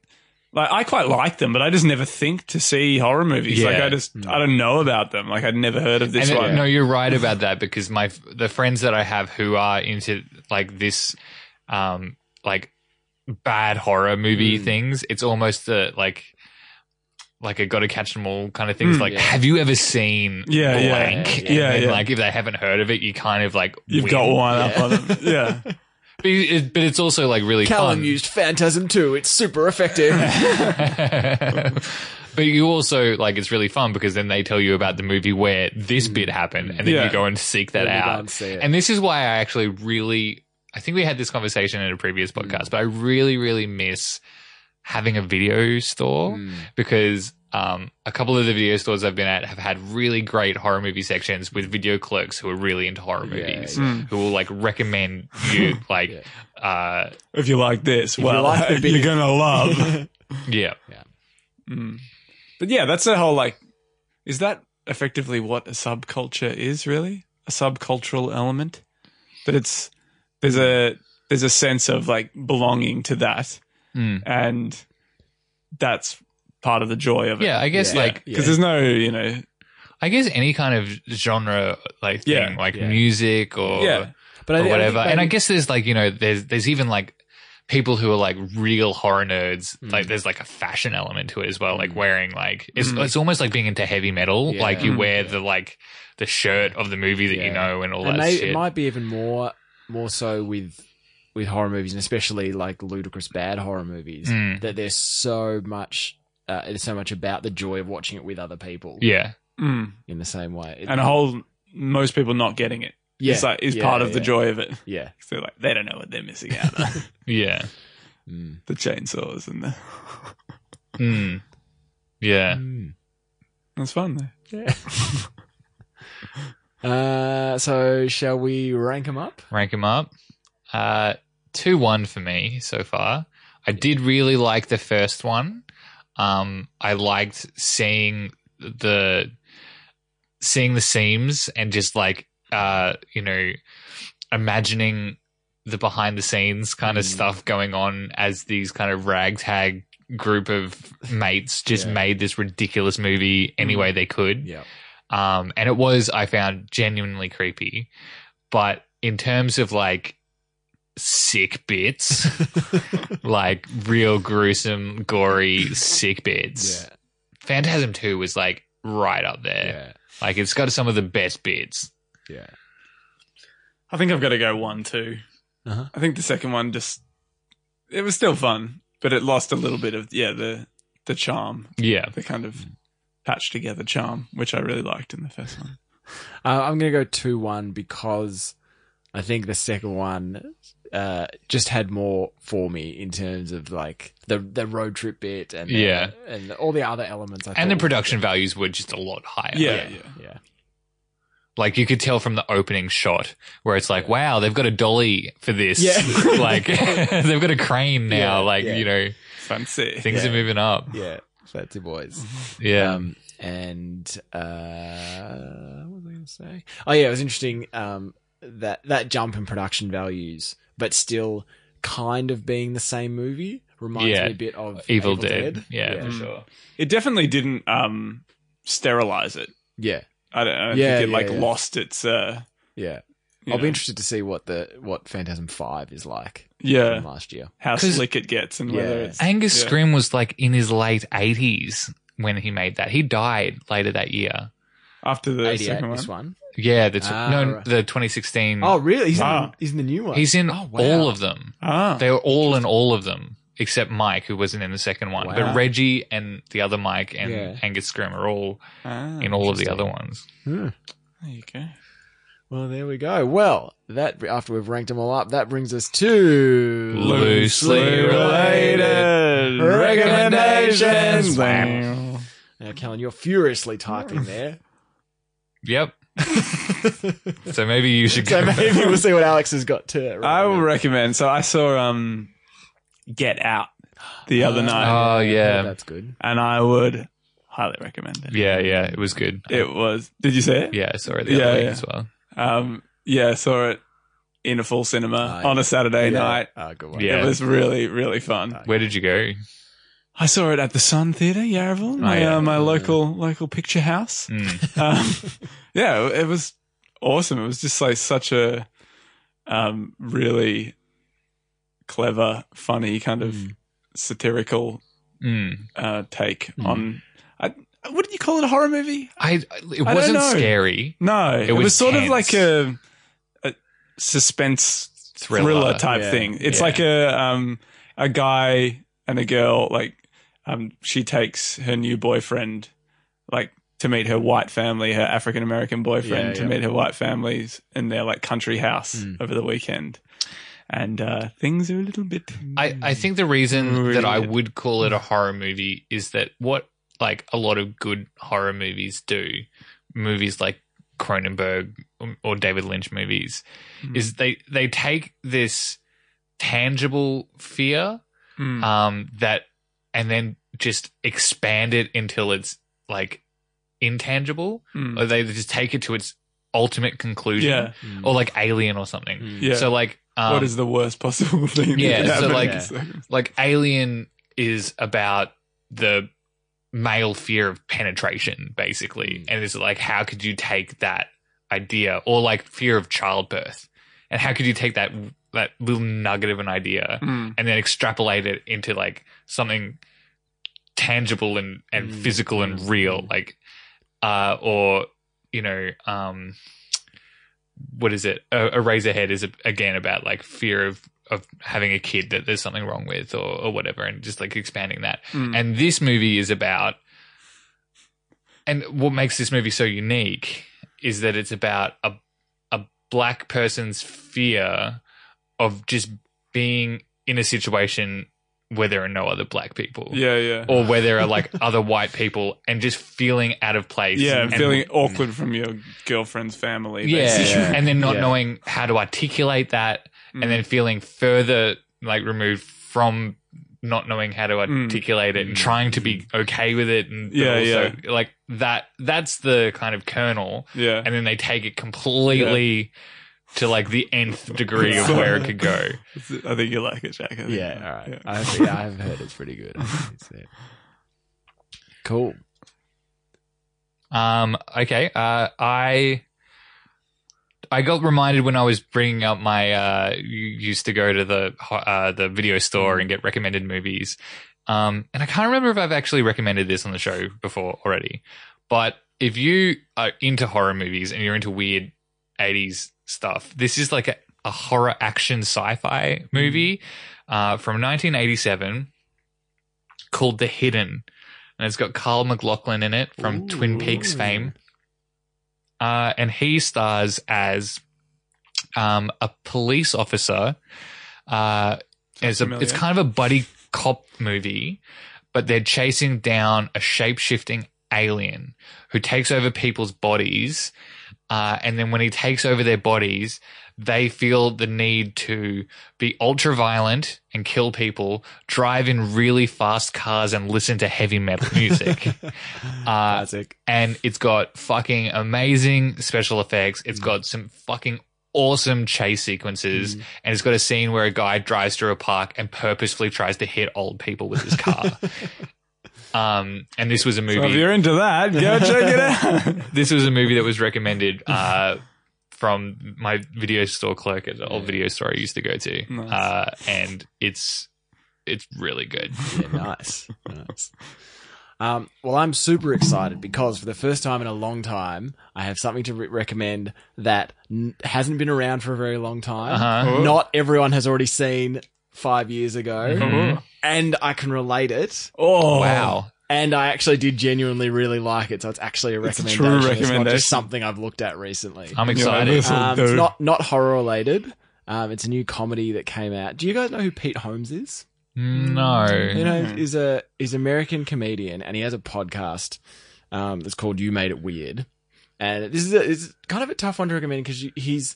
like I quite like them, but I just never think to see horror movies. Like Yeah. I just I don't know about them. Like I'd never heard of this And it- one. No, you're right about that because my the friends that I have who are into like this, um, like bad horror Mm. movie things, it's almost the like. Like a gotta catch them all kind of things. Mm. like, Yeah. have you ever seen Yeah, yeah. blank? Yeah, And yeah. then, Yeah. like if they haven't heard of it, you kind of like You've win. got one Yeah. up on them. Yeah. But, it, but it's also like really Callum fun. used Phantasm too. It's super effective. but you also like it's really fun because then they tell you about the movie where this bit happened, and then Mm. Yeah. you go and seek that Then you go out. and see it. And this is why I actually really, I think we had this conversation in a previous Mm. podcast, but I really, really miss having a video store Mm. Hmm. because. Um, a couple of the video stores I've been at have had really great horror movie sections with video clerks who are really into horror Yeah, movies, yeah. Mm. who will like recommend you like, uh, If you like this, If you well like the you're big- gonna love. yeah, Mm. But yeah, that's the whole like, is that effectively what a subculture is? Really, a subcultural element that it's there's a there's a sense of like belonging to that, Mm. and that's part of the joy of it. yeah. I guess Yeah. like because there's no you know I guess any kind of genre like thing, Yeah, like yeah. music or, Yeah. but or I thi- I whatever. think and I maybe- guess there's like, you know, there's there's even like people who are like real horror nerds. Mm. Like there's like a fashion element to it as well, like Mm. wearing like it's Mm. it's almost like being into heavy metal. Yeah. Like you Mm. wear the like the shirt of the movie that Yeah. you know and all and that may- shit. it might be even more more so with with horror movies and especially like ludicrous bad horror movies Mm. that there's so much uh, there's so much about the joy of watching it with other people yeah. mm, in the same way It- and a whole most people not getting it yeah, is like is yeah, part of yeah, the joy of it. yeah So like they don't know what they're missing out on Yeah. Mm. the chainsaws and the Mm. Yeah. Mm. that's fun though. uh so shall we rank them up rank him up. Uh, two one for me so far. I did really like the first one. Um, I liked seeing the seeing the seams and just like uh, you know, imagining the behind the scenes kind of Mm. stuff going on as these kind of ragtag group of mates just Yeah. made this ridiculous movie any Mm. way they could. yeah Um, and it was, I found, genuinely creepy. But in terms of like sick bits, like real gruesome, gory, sick bits, yeah Phantasm 2 was like right up there. yeah Like it's got some of the best bits. yeah I think I've got to go one two. Uh-huh. I think the second one just it was still fun, but it lost a little bit of yeah the the charm, Yeah. the kind of patched together charm, which I really liked in the first one. Uh, I'm going to go 2 1 because I think the second one uh, just had more for me in terms of like the the road trip bit and the- Yeah. and all the other elements. I And the thought- production values were just a lot higher. Yeah, yeah. Yeah. Like you could tell from the opening shot where it's like, wow, they've got a dolly for this. Yeah. like they've got a crane now. Yeah, like, yeah. you know, Fancy. things Yeah. Um, are moving up. Yeah. Fancy Boys. Yeah. Um, and uh, what was I going to say? Oh yeah, it was interesting um, that that jump in production values, but still kind of being the same movie reminds Yeah. me a bit of Evil, Dead. Yeah, yeah, for sure. It definitely didn't um, sterilize it. yeah, I don't, I don't Yeah, think it yeah, like yeah. lost its. Uh, yeah. you I'll know, be interested to see what the what Phantasm Five is like Yeah, from last year. how 'Cause- slick it gets and whether Yeah. it's Angus Yeah. Scrim was like in his late eighties when he made that. He died later that year. after the Eighty eight. second one. This one. Yeah, the tw- Ah, no, right. the 2016. Oh really? He's, in, Wow. he's in the new one. he's in Oh, wow. all of them. Ah, They were all in all of them except Mike, who wasn't in the second one. Wow. But Reggie and the other Mike and Yeah. Oh, Angus Scrim are all ah, in all of the other ones. Hmm. There you go. Well, there we go. Well, that after we've ranked them all up, that brings us to Loosely related recommendations. Wow. Now, Callan, you're furiously Oh. typing there. Yep. so maybe you should so go. maybe we'll see what Alex has got to. I will recommend. recommend. So I saw um, Get Out the other night, Oh, yeah. Uh, that's good. and I would highly recommend it. yeah, yeah, it was good. It was. Did you see it? yeah, I saw it the Yeah, other week yeah. as well. Um, yeah, I saw it in a full cinema Oh, yeah. on a Saturday Yeah. night. Oh, good one. Ah, Yeah. It was really, really fun. Nice. Where did you go? I saw it at the Sun Theatre, Yarraville, my, Oh, yeah. uh, my local local picture house. Mm. um, yeah, it was awesome. It was just like such a um, really clever, funny kind of Mm. satirical Mm. uh, take Mm. on. I, what do you call it? A horror movie? I it I wasn't don't know. scary. No, it, was, was sort of tense. like a, a suspense Thriller. thriller, type Yeah. thing. It's Yeah. like a um a guy and a girl like um she takes her new boyfriend like to meet her white family, her African American boyfriend Yeah, to yeah. meet her white families in their like country house Mm. over the weekend. And uh things are a little bit I, I think the reason Weird. that I would call it a horror movie is that what like a lot of good horror movies do, movies like Cronenberg or David Lynch movies, Mm. is they they take this tangible fear Mm. um that and then just expand it until it's like intangible Mm. or they just take it to its ultimate conclusion Yeah. or like alien or something Hmm. Hmm. Yeah. so like um, what is the worst possible thing? yeah, that so, happened? like- like Alien is about the male fear of penetration, basically. Mm. And it's like, how could you take that idea or like fear of childbirth? And how could you take that that little nugget of an idea Mm. and then extrapolate it into like something tangible and, and Mm. physical and real? Mm. Like uh or you know, um what is it? A, a Razorhead is again about like fear of of having a kid that there's something wrong with or, or whatever, and just like expanding that. Mm. And this movie is about, and what makes this movie so unique is that it's about a a black person's fear of just being in a situation where there are no other black people. yeah, yeah. Or where there are like other white people and just feeling out of place. yeah, and feeling awkward from your girlfriend's family. yeah, basically. Yeah. and then not Yeah. knowing how to articulate that Mm. and then feeling further like removed from not knowing how to Mm. articulate it and Mm. trying to be okay with it and but Yeah, also, like that that's the kind of kernel yeah. and then they take it completely to like the nth degree of So- where it could go I think you like it, Jack. I think- Yeah, all right. Yeah. I, think- yeah, I've heard it's pretty good. It's it. Cool. Um, okay. Uh, I I got reminded when I was bringing up my uh, you used to go to the uh, the video store and get recommended movies. Um, and I can't remember if I've actually recommended this on the show before already. But if you are into horror movies and you're into weird 80s stuff, this is like a, a horror action sci-fi movie uh, from 1987 called The Hidden. And it's got Carl McLaughlin in it from Ooh. Twin Peaks fame. Uh, and he stars as um, a police officer. Uh, it's, Sounds a, it's familiar. kind of a buddy cop movie, but they're chasing down a shape shifting alien who takes over people's bodies Uh, and then when he takes over their bodies, they feel the need to be ultra violent and kill people, drive in really fast cars, and listen to heavy metal music. uh, Classic. and it's got fucking amazing special effects. It's got some fucking awesome chase sequences, and it's got a scene where a guy drives through a park and purposefully tries to hit old people with his car. um, and this was a So movie. if you're into that, go check it out. this was a movie that was recommended uh, from my video store clerk at the old video store I used to go to, Nice. uh, and it's it's really good. Yeah, nice. nice. Um, well, I'm super excited because for the first time in a long time, I have something to re- recommend that n- hasn't been around for a very long time. Uh-huh. Not everyone has already seen five years ago, Mm-hmm. Mhm. and I can relate it. Oh Wow. And I actually did genuinely really like it, so it's actually a It's a recommendation. true It's not recommendation. just something I've looked at recently. I'm You know, excited. this will Um, it's do. not not horror related. Um, it's a new comedy that came out. Do you guys know who Pete Holmes is? you No. know, Mhm. is a is American comedian, and he has a podcast um, that's called "You Made It Weird." And this is a, it's kind of a tough one to recommend because he's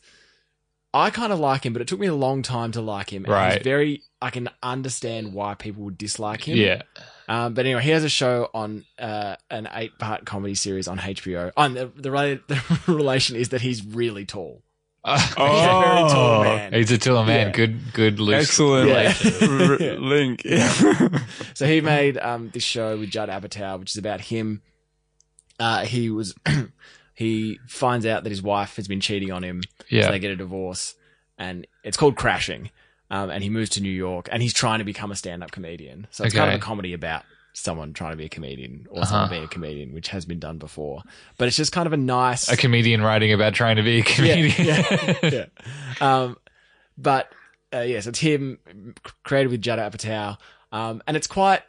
I kind of like him, but it took me a long time to like him. And Right. he's very I can understand why people would dislike him. Yeah. Um, but anyway, he has a show on uh, an eight part comedy series on HBO. On Oh, the the, rela- the relation is that he's really tall. He's a very tall Oh. man. Uh, He's a tall man. Yeah. Good, good, loose. Excellent Yeah. r- Yeah. link. Yeah. So he made um, this show with Judd Apatow, which is about him. Uh, he was he finds out that his wife has been cheating on him, so Yeah. they get a divorce, and it's called Crashing. Um, and he moves to New York, and he's trying to become a stand-up comedian. So it's kind of Okay. a comedy about someone trying to be a comedian or Uh-huh. someone being a comedian, which has been done before. But it's just kind of a nice a comedian writing about trying to be a comedian. yeah, yeah. Um, but uh, yes, it's him c- created with Judd Apatow, um, and it's quite.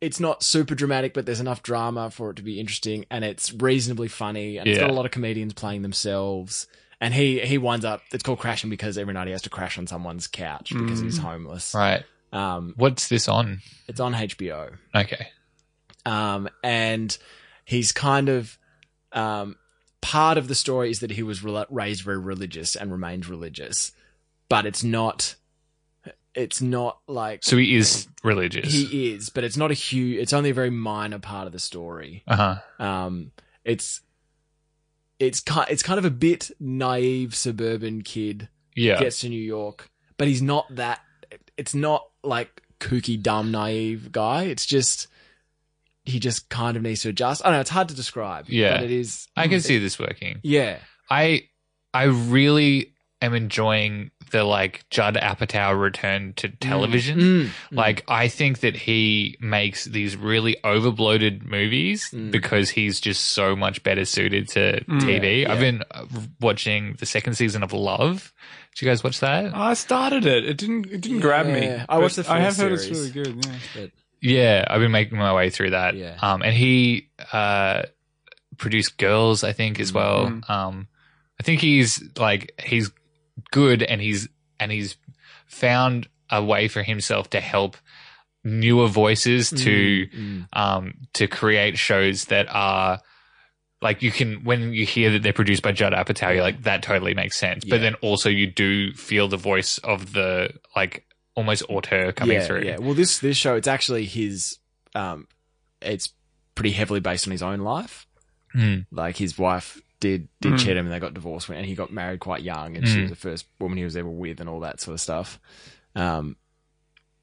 It's not super dramatic, but there's enough drama for it to be interesting, and it's reasonably funny, and it's got Yeah. a lot of comedians playing themselves. And he he winds up. It's called crashing because every night he has to crash on someone's couch because he's Mm. homeless. Right. Um, What's this on? it's on HBO Okay. um, and he's kind of um, part of the story is that he was rela raised very religious and remained religious, but it's not. It's not like So he is religious. he is, but it's not a huge. It's only a very minor part of the story. uh huh. Um, it's it's kind it's kind of a bit naive suburban kid Yeah. gets to New York, but he's not that. It's not like kooky, dumb, naive guy. It's just he just kind of needs to adjust. I don't know. It's hard to describe. Yeah. but it is. mm. I can see this working. Yeah, I I really am enjoying the like Judd Apatow return to television. Mm, mm. Like I think that he makes these really overbloated movies Mm. because he's just so much better suited to Mm. TV. Yeah, I've yeah. been uh, watching the second season of Love. Did you guys watch that? I started it. It didn't. It didn't grab me. Yeah. I but watched the I have first heard it's really series. good. Yeah. But- Yeah, I've been making my way through that. Yeah. Um, and he uh, produced Girls, I think, Mm. as well. Mhm. Um, I think he's like he's good, and he's and he's found a way for himself to help newer voices to Mm, um, to create shows that are like you can when you hear that they're produced by Judd Apatow, you're like that totally makes sense. But Yeah. then also you do feel the voice of the like almost auteur coming yeah, through. Yeah. Well, this this show it's actually his. Um, it's pretty heavily based on his own life. Mm. Like his wife did did Mm. cheat on him, and they got divorced, when, and he got married quite young, and she Mm. was the first woman he was ever with, and all that sort of stuff. Um,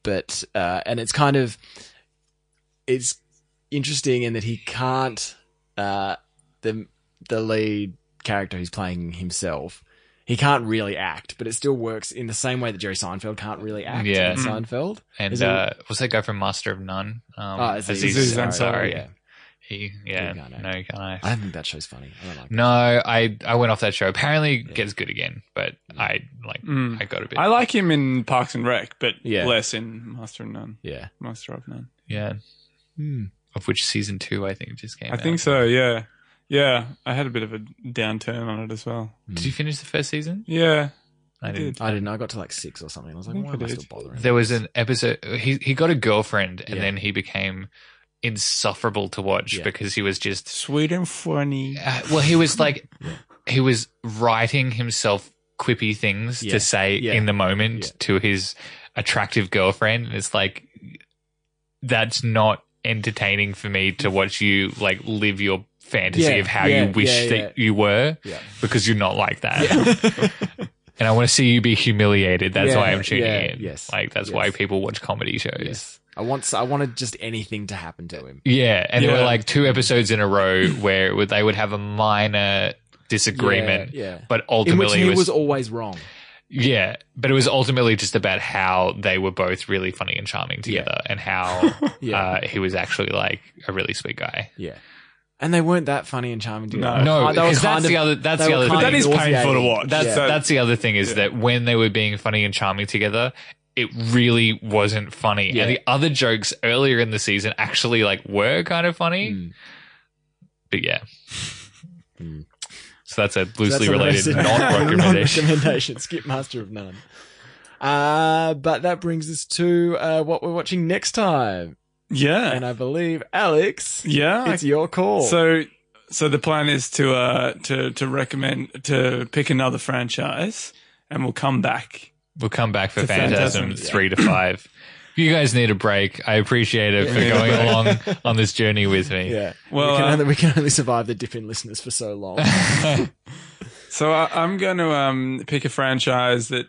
but uh, and it's kind of it's interesting in that he can't uh, the the lead character who's playing himself. He can't really act, but it still works in the same way that Jerry Seinfeld can't really act. in Yeah. Seinfeld. And Is it- uh, what's that guy from Master of None? Um, Oh, Aziz Aziz Ansari, Ansari. yeah. He, yeah, He can't act. no, he can't act. I don't think that show's funny. I don't like. it. no, I I went off that show. Apparently, it gets good again, but I like Mm. I got a bit. I like him in Parks and Rec, but Yeah. less in Master and None. Yeah. Master of None. yeah, Hmm. of which season two I think just came. I out. think so. Yeah. Yeah. I had a bit of a downturn on it as well. Did you finish the first season? Yeah. I I didn't. did. Mm. I didn't. know. I got to like six or something. I was like, think why I am I did. still bothering? There was an episode. He he got a girlfriend, and Yeah. then he became insufferable to watch because he was just Sweet and funny. uh, well, he was like, he was writing himself quippy things Yeah. to say Yeah. in the moment Yeah. to his attractive girlfriend. And it's like, that's not entertaining for me to watch you like live your fantasy Yeah, of how yeah, you wish yeah, that you were Yeah. because you're not like that. and I want to see you be humiliated. That's Yeah, why I'm tuning yeah, in. yes, Like, that's yes. why people watch comedy shows. Yes. I want I wanted just anything to happen to him. Yeah, and there Yeah. were like two episodes in a row where it would- they would have a minor disagreement, Yeah, yeah. In but which ultimately he it was, was, always wrong. yeah, but it was ultimately just about how they were both really funny and charming together, and how Yeah. uh, he was actually like a really sweet guy. Yeah. And they weren't that funny and charming together. No. No, Uh, they were because kind that's of- the other that's they the were other kind thing. of That is painful to nauseating. watch. That's Yeah. that's the other thing is that when they were being funny and charming together, it really wasn't funny. Yeah. And the other jokes earlier in the season actually like were kind of funny. Mm. But yeah. Hmm. Mm. So that's a loosely That's related a non recommendation. non-recommendation. Skip master of none. Uh, but that brings us to uh, what we're watching next time, Yeah. and I believe Alex, Uh, yeah. I it's your call. So, so the plan is to uh to to recommend to pick another franchise, and we'll come back. We'll come back for It's a Phantasm Phantasm, yeah. three to five. If you guys need a break, I appreciate it for Yeah. going along on this journey with me. yeah, Well, we can, uh, only, we can only survive the dip in listeners for so long. Oh, So I, I'm going to um pick a franchise that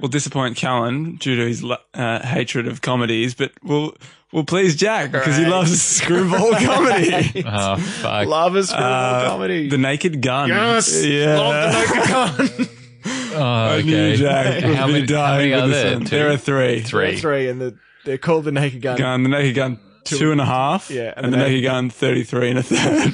will disappoint Callan due to his lo- uh, hatred of comedies, but will will please Jack because he right. loves screwball comedy. oh fuck. Love is for Uh, comedy. The Naked Gun. Yes! Yeah. Love the Naked Gun. Oh, I okay. knew Jack would How be many, how dying many with are this there? one. Two? There are three. three. three, and the, they're called the Naked Gun. Gun, the Naked Gun, Two. two and a half. Yeah, And, the Naked Gun, 33 and a third.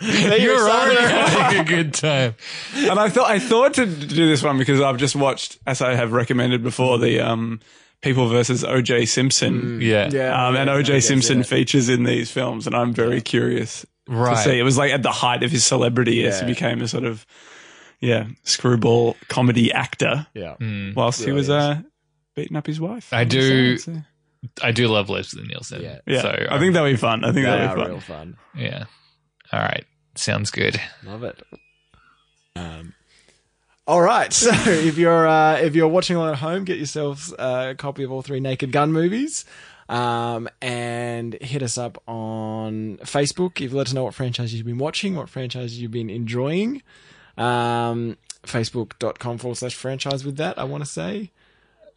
There you You're go, already Simon. having a good time. and I thought I thought to do this one because I've just watched, as I have recommended before, the um, People versus O.J. Simpson. Yeah. Yeah, Um, and yeah, I O.J. guess, Simpson yeah. features in these films, and I'm very curious Right. to see. It was like at the height of his celebrity as he Yeah. became a sort of yeah screwball comedy actor, Yeah. Mm. whilst he was Brilliant. uh, beating up his wife. I do- So- I do love Leslie Nielsen. Yeah. yeah, So um, I think that'll be fun. I think They that'll are be fun. real fun. Yeah. All right. Sounds good. Love it. Um, all right. So if you're uh, if you're watching along at home, get yourselves uh, a copy of all three Naked Gun movies. Um, and hit us up on Facebook if you let us know what franchises you've been watching, what franchises you've been enjoying. Um, Facebook.com forward slash franchise with that, I want to say.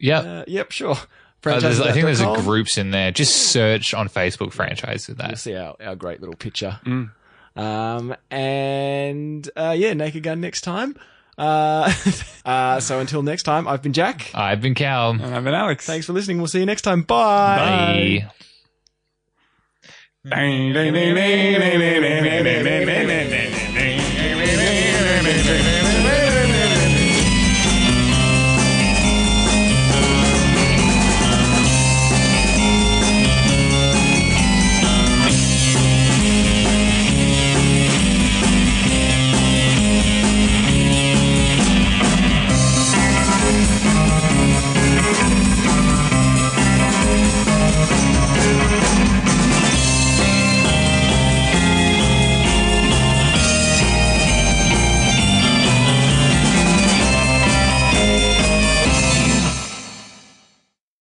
Yeah. Uh, yep, sure. Uh, there's- I think there's a franchises.com. groups in there. Just search on Facebook franchise with You'll that. see our, our great little picture. Um, and uh, yeah, Naked Gun next time. Uh, uh, so until next time, I've been Jack. I've been Cal. And I'm an Alex. Thanks for listening. We'll see you next time. Bye. Bye. Bye.